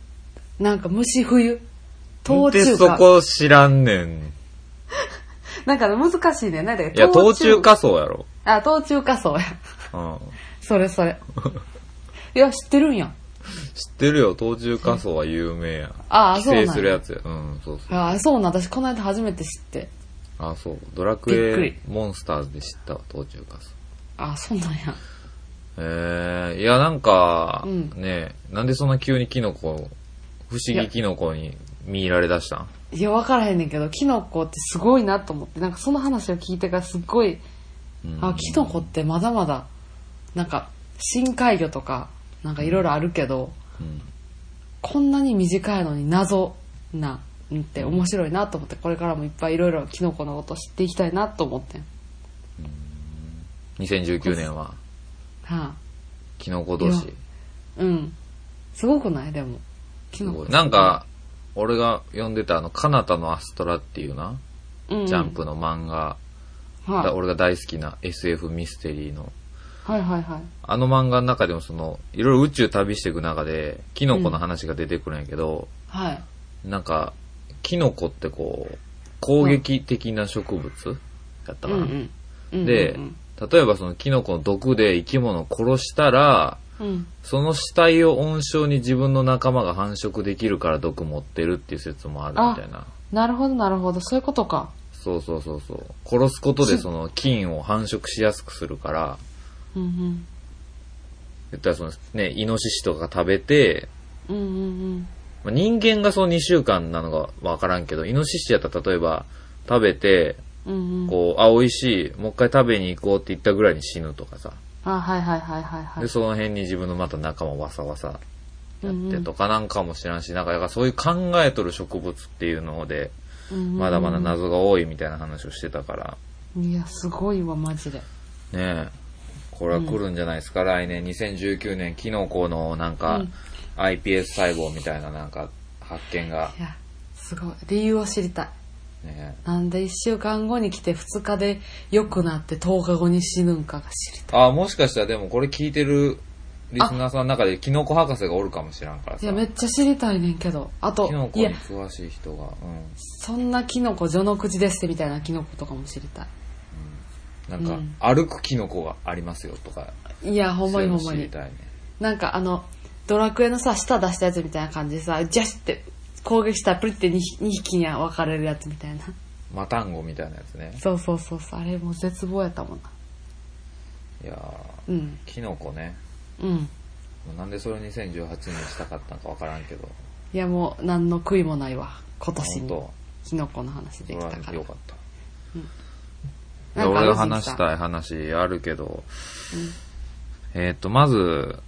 [SPEAKER 2] なんか虫冬冬
[SPEAKER 1] で
[SPEAKER 2] 虫
[SPEAKER 1] そ
[SPEAKER 2] か
[SPEAKER 1] こ知らんねん。
[SPEAKER 2] なんかな難しいねなんだっ
[SPEAKER 1] い
[SPEAKER 2] け
[SPEAKER 1] や、冬中火層やろ。
[SPEAKER 2] あ冬中かそうや
[SPEAKER 1] う ん。
[SPEAKER 2] それそれいや知ってるんや
[SPEAKER 1] 知ってるよ、冬中火層は有名や。
[SPEAKER 2] ああ
[SPEAKER 1] 寄
[SPEAKER 2] そうなん
[SPEAKER 1] 生
[SPEAKER 2] や
[SPEAKER 1] するやつや。うん、そうそう。
[SPEAKER 2] ああそうなん私この間初めて知って
[SPEAKER 1] あ、そう。ドラク
[SPEAKER 2] びっくり
[SPEAKER 1] エモンスターズで知ったわ、冬中火層。
[SPEAKER 2] ああそうなんや
[SPEAKER 1] ええいや、なんか、
[SPEAKER 2] うん
[SPEAKER 1] ねえなんでそんな急にキノコ、不思議キノコに見入られだしたん
[SPEAKER 2] いや分からへんねんけどキノコってすごいなと思ってなんかその話を聞いてからすっごい
[SPEAKER 1] うん
[SPEAKER 2] あキノコってまだまだなんか深海魚とかなんかいろいろあるけど、
[SPEAKER 1] うん
[SPEAKER 2] こんなに短いのに謎なんって面白いなと思ってこれからもいっぱいいろいろキノコのこと知っていきたいなと思ってん、
[SPEAKER 1] 2019年は、
[SPEAKER 2] はあ、
[SPEAKER 1] キノコ年
[SPEAKER 2] いや。うんすごくないでもキ
[SPEAKER 1] す
[SPEAKER 2] ノ
[SPEAKER 1] ご
[SPEAKER 2] コ
[SPEAKER 1] いなんか、俺が読んでたあの、カナタのアストラっていうな、
[SPEAKER 2] うんうん
[SPEAKER 1] ジャンプの漫画、
[SPEAKER 2] はい
[SPEAKER 1] だ俺が大好きな SF ミステリーの、
[SPEAKER 2] はいはいはい
[SPEAKER 1] あの漫画の中でもその、いろいろ宇宙旅していく中で、キノコの話が出てくるんやけど、
[SPEAKER 2] はい
[SPEAKER 1] なんか、キノコってこう、攻撃的な植物だったか
[SPEAKER 2] うん
[SPEAKER 1] な。
[SPEAKER 2] うんうんうん
[SPEAKER 1] で、例えばそのキノコの毒で生き物を殺したら、
[SPEAKER 2] うん
[SPEAKER 1] その死体を温床に自分の仲間が繁殖できるから毒持ってるっていう説もあるみたいな。
[SPEAKER 2] なるほどなるほどそういうことか
[SPEAKER 1] そうそうそうそう。殺すことでその菌を繁殖しやすくするから、
[SPEAKER 2] うん
[SPEAKER 1] 言ったらそのね、イノシシとか食べて、
[SPEAKER 2] うんうんうんうん
[SPEAKER 1] まあ人間がその2週間なのかわからんけど、イノシシやったら例えば食べて、
[SPEAKER 2] うんうん
[SPEAKER 1] こう、あ、美味しい、もう一回食べに行こうって言ったぐらいに死ぬとかさ。
[SPEAKER 2] あはいはいはいはいはい
[SPEAKER 1] で、その辺に自分のまた仲間わさわさやってとかなんかも知らんし、なんか、だからそういう考えとる植物っていうので、まだまだ謎が多いみたいな話をしてたから、
[SPEAKER 2] いやすごいわマジで
[SPEAKER 1] ねえ、これは来るんじゃないですか、来年2019年、キノコのなん
[SPEAKER 2] う
[SPEAKER 1] か
[SPEAKER 2] ん、
[SPEAKER 1] iPS 細胞みたいななんか、発見が、
[SPEAKER 2] いやすごい理由を知りたい
[SPEAKER 1] ね
[SPEAKER 2] なんで1週間後に来て2日で良くなって10日後に死ぬんかが知りた
[SPEAKER 1] あ、もしかしたらでもこれ聞いてるリスナーさんの中でキノコ博士がおるかもしらんから
[SPEAKER 2] いい
[SPEAKER 1] さ
[SPEAKER 2] や、めっちゃ知りたいねんけどあと
[SPEAKER 1] キノコ
[SPEAKER 2] いや
[SPEAKER 1] に詳しい人が、う
[SPEAKER 2] そんなキノコ序の口ですってみたいなキノコとかも知りた
[SPEAKER 1] ん、な
[SPEAKER 2] うんん
[SPEAKER 1] か、歩くキノコがありますよとか、
[SPEAKER 2] いいやほんまにほん
[SPEAKER 1] そう
[SPEAKER 2] ま
[SPEAKER 1] いうの知り
[SPEAKER 2] に
[SPEAKER 1] たいね。
[SPEAKER 2] なんかあのドラクエのさ舌出したやつみたいな感じでさジャシって攻撃したらプリって2匹に分かれるやつみたいな
[SPEAKER 1] マタンゴみたいなやつね。
[SPEAKER 2] そうそうそうそうあれもう絶望やったもんない
[SPEAKER 1] やー
[SPEAKER 2] うん
[SPEAKER 1] キノコね。
[SPEAKER 2] うん
[SPEAKER 1] なんでそれを2018年にしたかったのかわからんけど、
[SPEAKER 2] いやもう何の悔いもないわ今年
[SPEAKER 1] 本
[SPEAKER 2] に
[SPEAKER 1] 当
[SPEAKER 2] キノコの話
[SPEAKER 1] そ
[SPEAKER 2] で
[SPEAKER 1] れ
[SPEAKER 2] きた
[SPEAKER 1] は
[SPEAKER 2] から
[SPEAKER 1] 良かった。
[SPEAKER 2] な
[SPEAKER 1] で
[SPEAKER 2] んか
[SPEAKER 1] 俺が
[SPEAKER 2] ある
[SPEAKER 1] 話したい話あるけど、えっ、と、まず、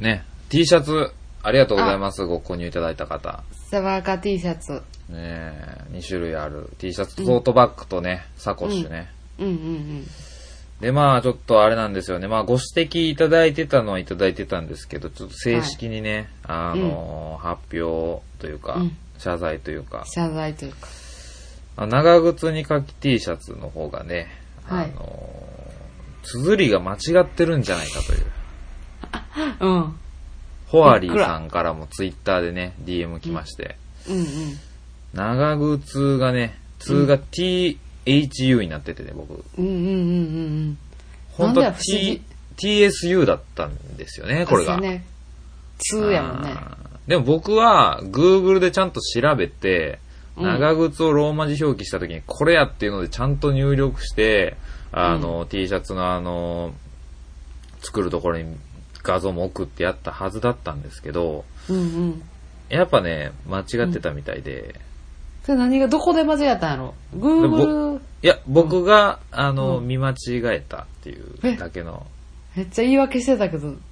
[SPEAKER 1] ね、T シャツ、ありがとうございます、ご購入いただいた方。
[SPEAKER 2] サバーカ T シャツ
[SPEAKER 1] ねえ2種類ある T シャツとトートバッグとね、サコッシュね。
[SPEAKER 2] うんうんうん
[SPEAKER 1] で、まあ、ちょっとあれなんですよね。まあ、ご指摘いただいてたのはいただいてたんですけど、ちょっと正式にね、あのー発表というか、
[SPEAKER 2] うん
[SPEAKER 1] 謝罪というか、
[SPEAKER 2] 謝罪というか
[SPEAKER 1] あ長靴に書き T シャツの方がね、
[SPEAKER 2] はい
[SPEAKER 1] あのー、綴りが間違ってるんじゃないかという。
[SPEAKER 2] うんうん
[SPEAKER 1] ホアリーさんからもツイッターでね、DM 来まして、
[SPEAKER 2] うん
[SPEAKER 1] 長靴がね、通が THU になっててね、僕。
[SPEAKER 2] うんうんうんうんうん
[SPEAKER 1] 本
[SPEAKER 2] なん
[SPEAKER 1] 当
[SPEAKER 2] だ
[SPEAKER 1] は
[SPEAKER 2] よ不思議
[SPEAKER 1] T、 TSU だったんですよね、これが。
[SPEAKER 2] ですよね。2やもんね。
[SPEAKER 1] でも僕は、Google でちゃんと調べて、
[SPEAKER 2] うん
[SPEAKER 1] 長靴をローマ字表記した時に、これやっていうのでちゃんと入力して、あの、T シャツのあの、作るところに画像も送ってやったはずだったんですけど、
[SPEAKER 2] うんうん。
[SPEAKER 1] やっぱね、間違ってたみたいで、
[SPEAKER 2] それ何が、どこで間違ったんやろ
[SPEAKER 1] ぼ
[SPEAKER 2] ?Google、
[SPEAKER 1] いや、僕が、あの、
[SPEAKER 2] うん
[SPEAKER 1] 見間違えたっていうだけの、
[SPEAKER 2] めっちゃ言い訳してたけど、
[SPEAKER 1] うん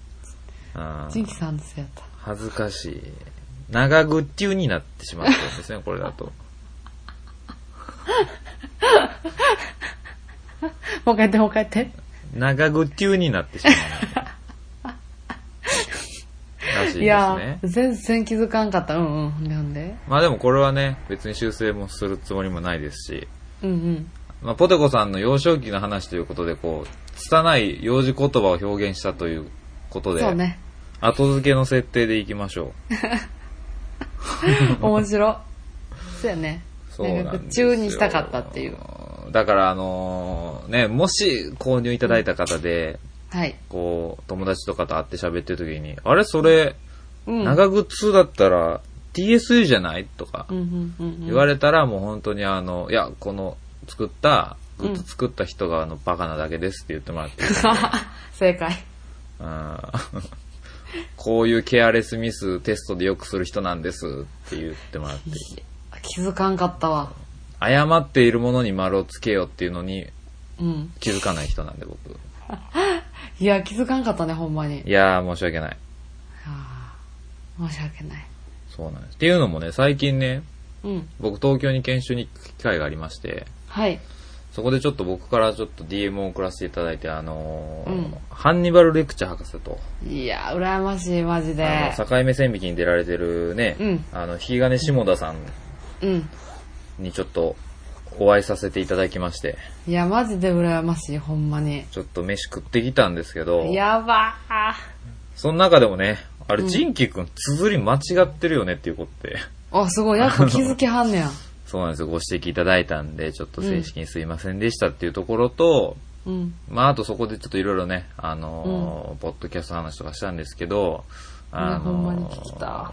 [SPEAKER 2] ジンキさんのせいやった。
[SPEAKER 1] 恥ずかしい。長ぐっちゅうになってしまってるんですね、これだと。
[SPEAKER 2] もう一回言って、もう一回言って。
[SPEAKER 1] 長ぐっちゅうになってしまう。らしい
[SPEAKER 2] い
[SPEAKER 1] です
[SPEAKER 2] や
[SPEAKER 1] ね
[SPEAKER 2] ー、。全然気づかんかった。うんうん。ほんでほんで。
[SPEAKER 1] まあでもこれはね、別に修正もするつもりもないですし、
[SPEAKER 2] うんうん。
[SPEAKER 1] まあ、ポテコさんの幼少期の話ということで、こう、拙い幼児言葉を表現したということで、
[SPEAKER 2] そうね。
[SPEAKER 1] 後付けの設定でいきましょう。
[SPEAKER 2] 面白。そうやね。
[SPEAKER 1] そうなんですよ
[SPEAKER 2] か中にしたかったっていう。
[SPEAKER 1] だから、あのーね、もし購入いただいた方で、
[SPEAKER 2] はい。
[SPEAKER 1] こう、友達とかと会って喋ってる時に、あれそれ、
[SPEAKER 2] うん。
[SPEAKER 1] 長靴だったら TSU じゃないとか
[SPEAKER 2] うんうんうんうん。
[SPEAKER 1] 言われたら、もう本当にあの、いや、この作った、グッズ作った人があの、バカなだけですって言ってもらって、
[SPEAKER 2] 正解。
[SPEAKER 1] あー こういうケアレスミステストでよくする人なんですって言ってもらって、
[SPEAKER 2] 気づかんかったわ。
[SPEAKER 1] 誤っているものに丸をつけようっていうのに
[SPEAKER 2] うん。
[SPEAKER 1] 気づかない人なんで僕。
[SPEAKER 2] いや、気づかんかったね、ほんまに。
[SPEAKER 1] いやー、申し訳ない。
[SPEAKER 2] あー申し訳ない。
[SPEAKER 1] そうなんです。っていうのもね、最近ね、
[SPEAKER 2] うん。
[SPEAKER 1] 僕東京に研修に行く機会がありまして、
[SPEAKER 2] はい。
[SPEAKER 1] そこでちょっと僕からちょっと DM を送らせていただいて、あのー
[SPEAKER 2] うん
[SPEAKER 1] ハンニバル・レクチャー博士と、
[SPEAKER 2] いや、羨ましい、マジで
[SPEAKER 1] あ。の境目線引きに出られてるね、
[SPEAKER 2] うん
[SPEAKER 1] あの、引き金下田さん
[SPEAKER 2] うん。
[SPEAKER 1] にちょっとお会いさせていただきまして、
[SPEAKER 2] いや、マジで羨ましい、ほんまに。
[SPEAKER 1] ちょっと飯食ってきたんですけど、
[SPEAKER 2] やばー。
[SPEAKER 1] その中でもね、あれ、ジンキ君、綴り間違ってるよねっていうことって、
[SPEAKER 2] あ、すごい、やっぱ気づきは んねや。
[SPEAKER 1] そうなんですよ、ご指摘いただいたんで、ちょっと正式にすいませんでしたっていうところと、
[SPEAKER 2] うん。
[SPEAKER 1] まあ、あとそこでちょっといろいろね、あのーポッドキャストの話とかしたんですけど、あのー
[SPEAKER 2] ほんまに聞きた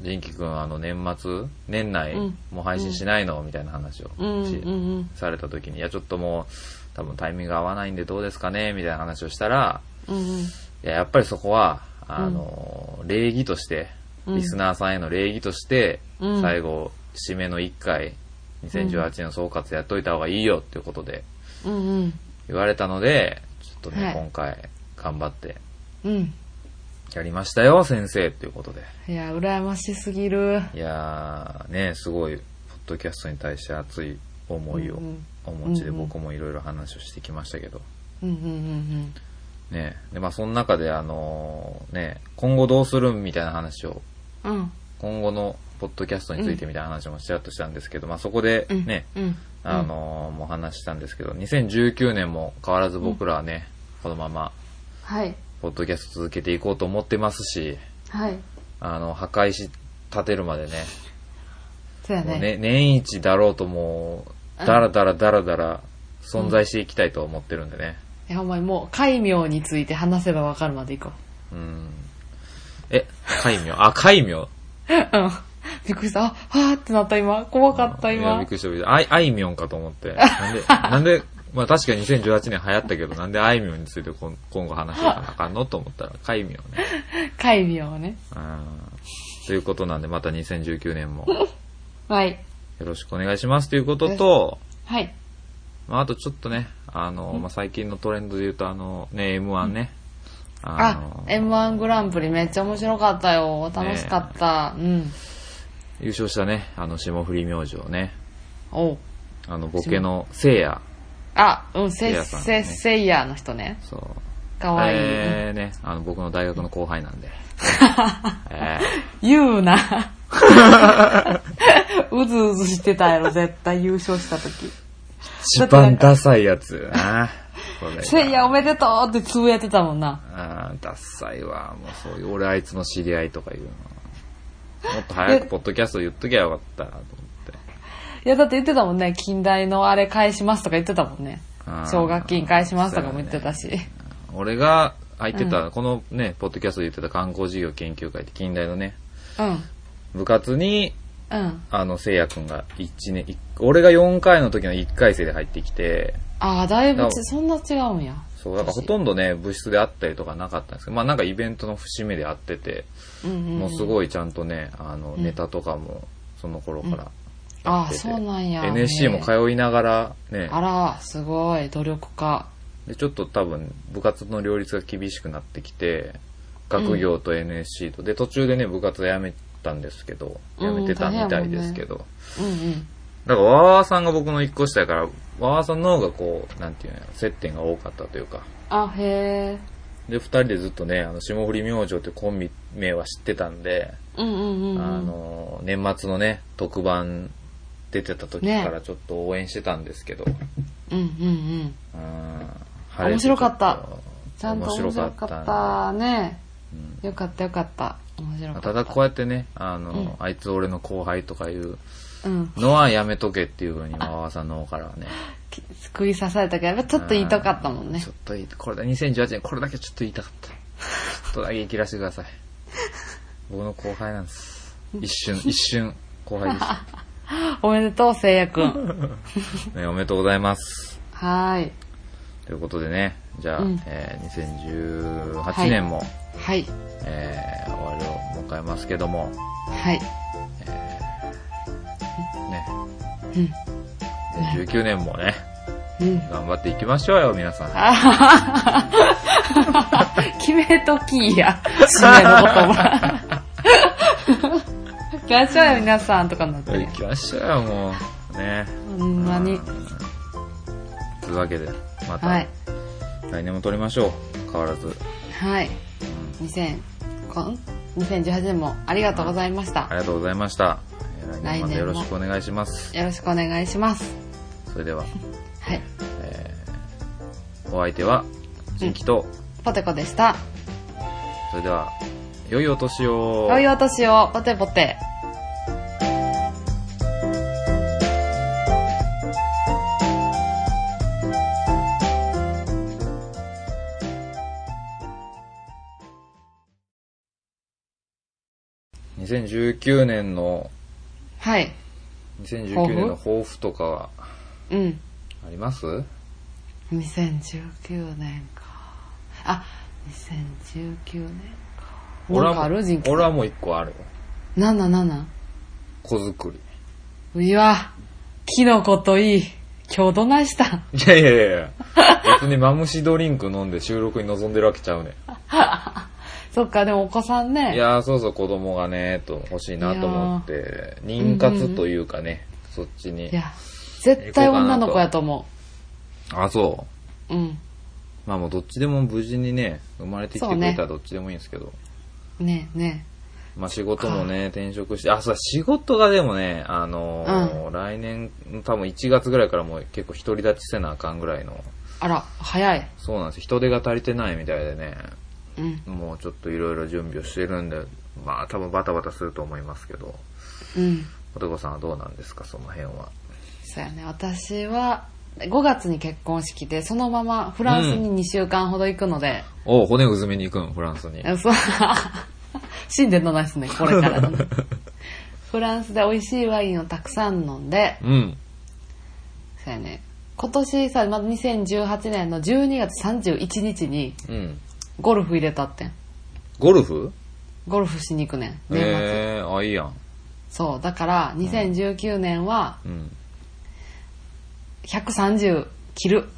[SPEAKER 1] ジンキ君、あの、年末、年内
[SPEAKER 2] うん、
[SPEAKER 1] もう配信しないの、みたいな話を
[SPEAKER 2] うん、うん、
[SPEAKER 1] し、
[SPEAKER 2] うん。
[SPEAKER 1] された時に、いや、ちょっともう、多分タイミング合わないんでどうですかね、みたいな話をしたら、
[SPEAKER 2] うん、
[SPEAKER 1] いや、やっぱりそこは、あのー礼儀として、
[SPEAKER 2] うん
[SPEAKER 1] リスナーさんへの礼儀として、
[SPEAKER 2] うん
[SPEAKER 1] 最後、締めの1回、2018年の総括やっといた方がいいよっていうことで、
[SPEAKER 2] うん、うん。
[SPEAKER 1] 言われたので、ちょっとね、
[SPEAKER 2] はい
[SPEAKER 1] 今回、頑張って、
[SPEAKER 2] うん。
[SPEAKER 1] やりましたよ、先生っていうことで。
[SPEAKER 2] いや、羨ましすぎる。
[SPEAKER 1] いやー、ね、すごい、ポッドキャストに対して熱い思いを
[SPEAKER 2] うんうん
[SPEAKER 1] お持ちで、
[SPEAKER 2] うんうん
[SPEAKER 1] 僕もいろいろ話をしてきましたけど、
[SPEAKER 2] うん、うん、うん、
[SPEAKER 1] ね、で、まあ、その中で、あのーね、今後どうするんみたいな話を、
[SPEAKER 2] うん。うん。
[SPEAKER 1] 今後のポッドキャストについてみたいな話もちらっとしたんですけど、まあ、そこで
[SPEAKER 2] うん。
[SPEAKER 1] ね、
[SPEAKER 2] うん。
[SPEAKER 1] あのーもう話したんですけど、2019年も変わらず僕らはね、このまま、
[SPEAKER 2] はい。
[SPEAKER 1] ポッドキャスト続けていこうと思ってますし、
[SPEAKER 2] はい。
[SPEAKER 1] あの、破壊し、立てるまでね、
[SPEAKER 2] そうや
[SPEAKER 1] もうね、
[SPEAKER 2] ね。
[SPEAKER 1] 年一だろうともう、だらだらだらだら存在していきたいと思ってるんでね。
[SPEAKER 2] いや、お前もう、戒名について話せばわかるまでいこう。
[SPEAKER 1] うん。え、戒名あ、戒名
[SPEAKER 2] うん。びっくりした。あ、はーってなった今。怖かった
[SPEAKER 1] いやび
[SPEAKER 2] 今
[SPEAKER 1] っく。りしたびっくりした。あい、あいみょんかと思って。なん で、なんで、まあ確か2018年流行ったけど、なんであいみょんについてこん今後話していかなあかんのと思ったら、戒名ね。
[SPEAKER 2] 戒名をね。
[SPEAKER 1] うん。ということなんで、また2019年も
[SPEAKER 2] はい。
[SPEAKER 1] よろしくお願いしますということと、
[SPEAKER 2] はい。
[SPEAKER 1] まあ、あとちょっとね、あの、まあ、最近のトレンドで言うと、あの、ね、M1 ね。
[SPEAKER 2] あ、M1 グランプリめっちゃ面白かったよ。楽しかった。うん。
[SPEAKER 1] 優勝したね、あの、霜降り明星ね。
[SPEAKER 2] おう。
[SPEAKER 1] あの、ボケのせいや。
[SPEAKER 2] あ、うん、
[SPEAKER 1] い
[SPEAKER 2] せ、
[SPEAKER 1] やさん
[SPEAKER 2] せ、
[SPEAKER 1] ね
[SPEAKER 2] せいやの人ね。
[SPEAKER 1] そう。
[SPEAKER 2] かわいい。
[SPEAKER 1] えー、ね、あの、僕の大学の後輩 なんで。え
[SPEAKER 2] 言うな。 うずうずしてたやろ、絶対優勝した時。
[SPEAKER 1] ー、一番ダサいやつやな。これが
[SPEAKER 2] せいやおめでとうってつぶやいてたもんな。
[SPEAKER 1] あーダサいわ。もうそういう、俺あいつの知り合いとか言うの。もっと早くポッドキャスト言っときゃよかったなと思って。
[SPEAKER 2] いや、だって言ってたもんね。近代のあれ返しますとか言ってたもんね
[SPEAKER 1] あー。
[SPEAKER 2] 奨学金返しますとかも言ってたし。
[SPEAKER 1] 俺俺が空いてた、このね、ポッドキャストで言ってた観光事業研究会って近代のね、
[SPEAKER 2] うん。
[SPEAKER 1] 部活に、
[SPEAKER 2] うん。
[SPEAKER 1] あの、せいやくんが一年、い俺が4回の時の1回生で入ってきて、
[SPEAKER 2] ああ、だいぶ
[SPEAKER 1] だ
[SPEAKER 2] ち、そんな違うんや。
[SPEAKER 1] そう、だからほとんどね、部室で会ったりとかなかったんですけど、まあなんかイベントの節目で会ってて、
[SPEAKER 2] うんうんうん。
[SPEAKER 1] もうすごいちゃんとね、あの、
[SPEAKER 2] ん
[SPEAKER 1] ネタとかも、その頃からや
[SPEAKER 2] あ
[SPEAKER 1] っ
[SPEAKER 2] あ、
[SPEAKER 1] てて、
[SPEAKER 2] そうなんや。
[SPEAKER 1] NSC も通いながらね、
[SPEAKER 2] あら、すごい、努力家。
[SPEAKER 1] でちょっと多分部活の両立が厳しくなってきて学業と NSC と、で途中でね部活辞めたんですけど辞
[SPEAKER 2] うん
[SPEAKER 1] めてたみたいですけど、
[SPEAKER 2] うんうん。
[SPEAKER 1] だからわーわーさんが僕の一個下やからわーわーさんの方がこうなんていうのやろ接点が多かったというか
[SPEAKER 2] あ、へえ。
[SPEAKER 1] で二人でずっとねあの霜降り明星ってコンビ名は知ってたんで、
[SPEAKER 2] うんうんうんうん。
[SPEAKER 1] あの年末のね特番出てた時から
[SPEAKER 2] ね
[SPEAKER 1] ちょっと応援してたんですけど、
[SPEAKER 2] うんうんうん。
[SPEAKER 1] うん
[SPEAKER 2] 面白かったちゃんと面白か
[SPEAKER 1] 面
[SPEAKER 2] っ
[SPEAKER 1] 白か
[SPEAKER 2] たね。よかったよかった。面白かったた。
[SPEAKER 1] だこうやってね、あの、
[SPEAKER 2] うん
[SPEAKER 1] あいつ俺の後輩とかいう
[SPEAKER 2] うん。
[SPEAKER 1] のはやめとけっていうふうに、まわさんの方からはね。
[SPEAKER 2] き食い刺されたけど、やっぱちょっと言いたかったもんね
[SPEAKER 1] ちょ。っといい、これだ、2018年これだけちょっと言いたかった。ちょっとだけ言い切らせてくだ さい。僕の後輩なんです。一瞬、一瞬、後輩でし
[SPEAKER 2] おめでとう、せいやく ん。
[SPEAKER 1] た。ね、おめでとうございます。
[SPEAKER 2] はーい。
[SPEAKER 1] ということでね、じゃあ、
[SPEAKER 2] うん
[SPEAKER 1] えー2018年も、
[SPEAKER 2] はい。
[SPEAKER 1] えー終わりを迎えますけども、
[SPEAKER 2] はい。
[SPEAKER 1] ね、
[SPEAKER 2] うん。
[SPEAKER 1] 19年もね、
[SPEAKER 2] うん。
[SPEAKER 1] 頑張っていきましょうよ、皆さん。
[SPEAKER 2] あははは決めときや。締めの言葉。 行きましょうよ、皆さんとかになってる
[SPEAKER 1] 行
[SPEAKER 2] やん。
[SPEAKER 1] きましょうよ、もう。ね。
[SPEAKER 2] ほんまに。
[SPEAKER 1] というわけで、ま
[SPEAKER 2] は
[SPEAKER 1] た
[SPEAKER 2] い。
[SPEAKER 1] 来年も撮りましょう。変わらず。
[SPEAKER 2] はい。2000こん、2018年もありがとうございまし
[SPEAKER 1] あ
[SPEAKER 2] た。
[SPEAKER 1] りがとうございました。えー来年ま
[SPEAKER 2] 来年
[SPEAKER 1] で
[SPEAKER 2] も
[SPEAKER 1] よろしくお願いします。
[SPEAKER 2] よろしくお願いします。
[SPEAKER 1] それでは、
[SPEAKER 2] はい。
[SPEAKER 1] お相手は、新規と、
[SPEAKER 2] ポテコでした。
[SPEAKER 1] それでは、良いお年を。
[SPEAKER 2] 良いお年を、ポテポテ。
[SPEAKER 1] 2019年の、
[SPEAKER 2] はい。
[SPEAKER 1] 2019年の抱負とかは
[SPEAKER 2] うん。
[SPEAKER 1] あります
[SPEAKER 2] 2019年か。あ、2019年か。
[SPEAKER 1] 俺
[SPEAKER 2] なん
[SPEAKER 1] は
[SPEAKER 2] かあ
[SPEAKER 1] も
[SPEAKER 2] る人
[SPEAKER 1] う、
[SPEAKER 2] 気。
[SPEAKER 1] 俺はもう一個あるよ。
[SPEAKER 2] なんなんなんなん
[SPEAKER 1] 子作り。
[SPEAKER 2] ういわ、キノコといい。今日どないしたん
[SPEAKER 1] いやいやいやいや別にマムシドリンク飲んで収録に臨んでるわけちゃうねん。
[SPEAKER 2] そっか、でもお子さんね。
[SPEAKER 1] いやーそうそう子供がねと欲しいなと思って妊活というかね、そっちに
[SPEAKER 2] いや絶対女の子やと思。
[SPEAKER 1] あそう
[SPEAKER 2] うん。
[SPEAKER 1] うまあもうどっちでも無事にね生まれてきてくれたらどっちでもいいんですけど、
[SPEAKER 2] ねえね
[SPEAKER 1] まあ仕事もね転職してあそう仕事がでもねあのー来年多分1月ぐらいからもう結構独り立ちせなあかんぐらいの
[SPEAKER 2] え。あら、早い。
[SPEAKER 1] そうなんですよ人手が足りてないみたいでね
[SPEAKER 2] うん。
[SPEAKER 1] もうちょっといろいろ準備をしてるんでまあ多分バタバタすると思いますけど
[SPEAKER 2] うん。
[SPEAKER 1] 男さんはどうなんですかその辺は
[SPEAKER 2] そうやね。私は、5月に結婚式で、そのままフランスに2週間ほど行くので、
[SPEAKER 1] おう骨うずめに行くんフランスに
[SPEAKER 2] えそう 死んでんのないですね、これか らのね。フランスで美味しいワインをたくさん飲んで、
[SPEAKER 1] うん
[SPEAKER 2] そうやね。今年さ、まだ2018年の12月31日に
[SPEAKER 1] うん。
[SPEAKER 2] ゴルフ入れたってん。
[SPEAKER 1] ゴルフ
[SPEAKER 2] ゴルフしに行くねん。年末。
[SPEAKER 1] えー、あ、いいやん。
[SPEAKER 2] そう。だから、2019年は
[SPEAKER 1] うん。
[SPEAKER 2] 130切る。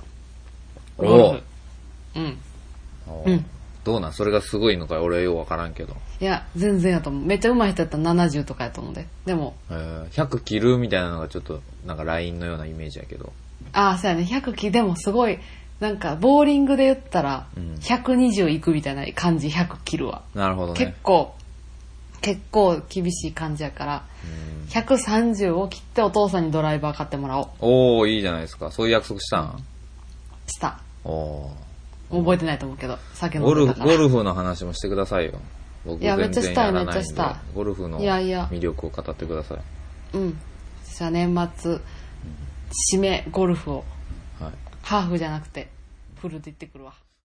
[SPEAKER 1] お
[SPEAKER 2] ゴルフ。うん。
[SPEAKER 1] お
[SPEAKER 2] うん
[SPEAKER 1] どうなんそれがすごいのか俺はようわからんけど。
[SPEAKER 2] いや、全然やと思う。めっちゃ上手い人やったら70とかやと思うで。でも、
[SPEAKER 1] えー、100切るみたいなのがちょっと、なんかラインのようなイメージやけど。
[SPEAKER 2] ああ、そうやね。100切でもすごい、なんか、ボーリングで言ったら
[SPEAKER 1] うん、
[SPEAKER 2] 120いくみたいな感じ、100切るわ。
[SPEAKER 1] なるほど
[SPEAKER 2] 結
[SPEAKER 1] ね。
[SPEAKER 2] 構、結構厳しい感じやから、130を切ってお父さんにドライバー買ってもらおう。
[SPEAKER 1] おー、いいじゃないですか。そういう約束したん
[SPEAKER 2] した。
[SPEAKER 1] おー。
[SPEAKER 2] 覚えてないと思うけど、酒飲
[SPEAKER 1] ゴ
[SPEAKER 2] ん
[SPEAKER 1] ル
[SPEAKER 2] でた
[SPEAKER 1] フ、
[SPEAKER 2] から
[SPEAKER 1] ゴ。ルフの話もしてくださいよ。僕
[SPEAKER 2] いやめっ
[SPEAKER 1] 全
[SPEAKER 2] ちゃし
[SPEAKER 1] 然
[SPEAKER 2] たい
[SPEAKER 1] やらない
[SPEAKER 2] めっちゃ
[SPEAKER 1] ん
[SPEAKER 2] し
[SPEAKER 1] で
[SPEAKER 2] た。
[SPEAKER 1] ゴルフの
[SPEAKER 2] いやいや
[SPEAKER 1] 魅力を語ってください。
[SPEAKER 2] うん。私は年末、締め、ゴルフを、
[SPEAKER 1] はい。
[SPEAKER 2] ハーフじゃなくて、フルで行ってくるわ。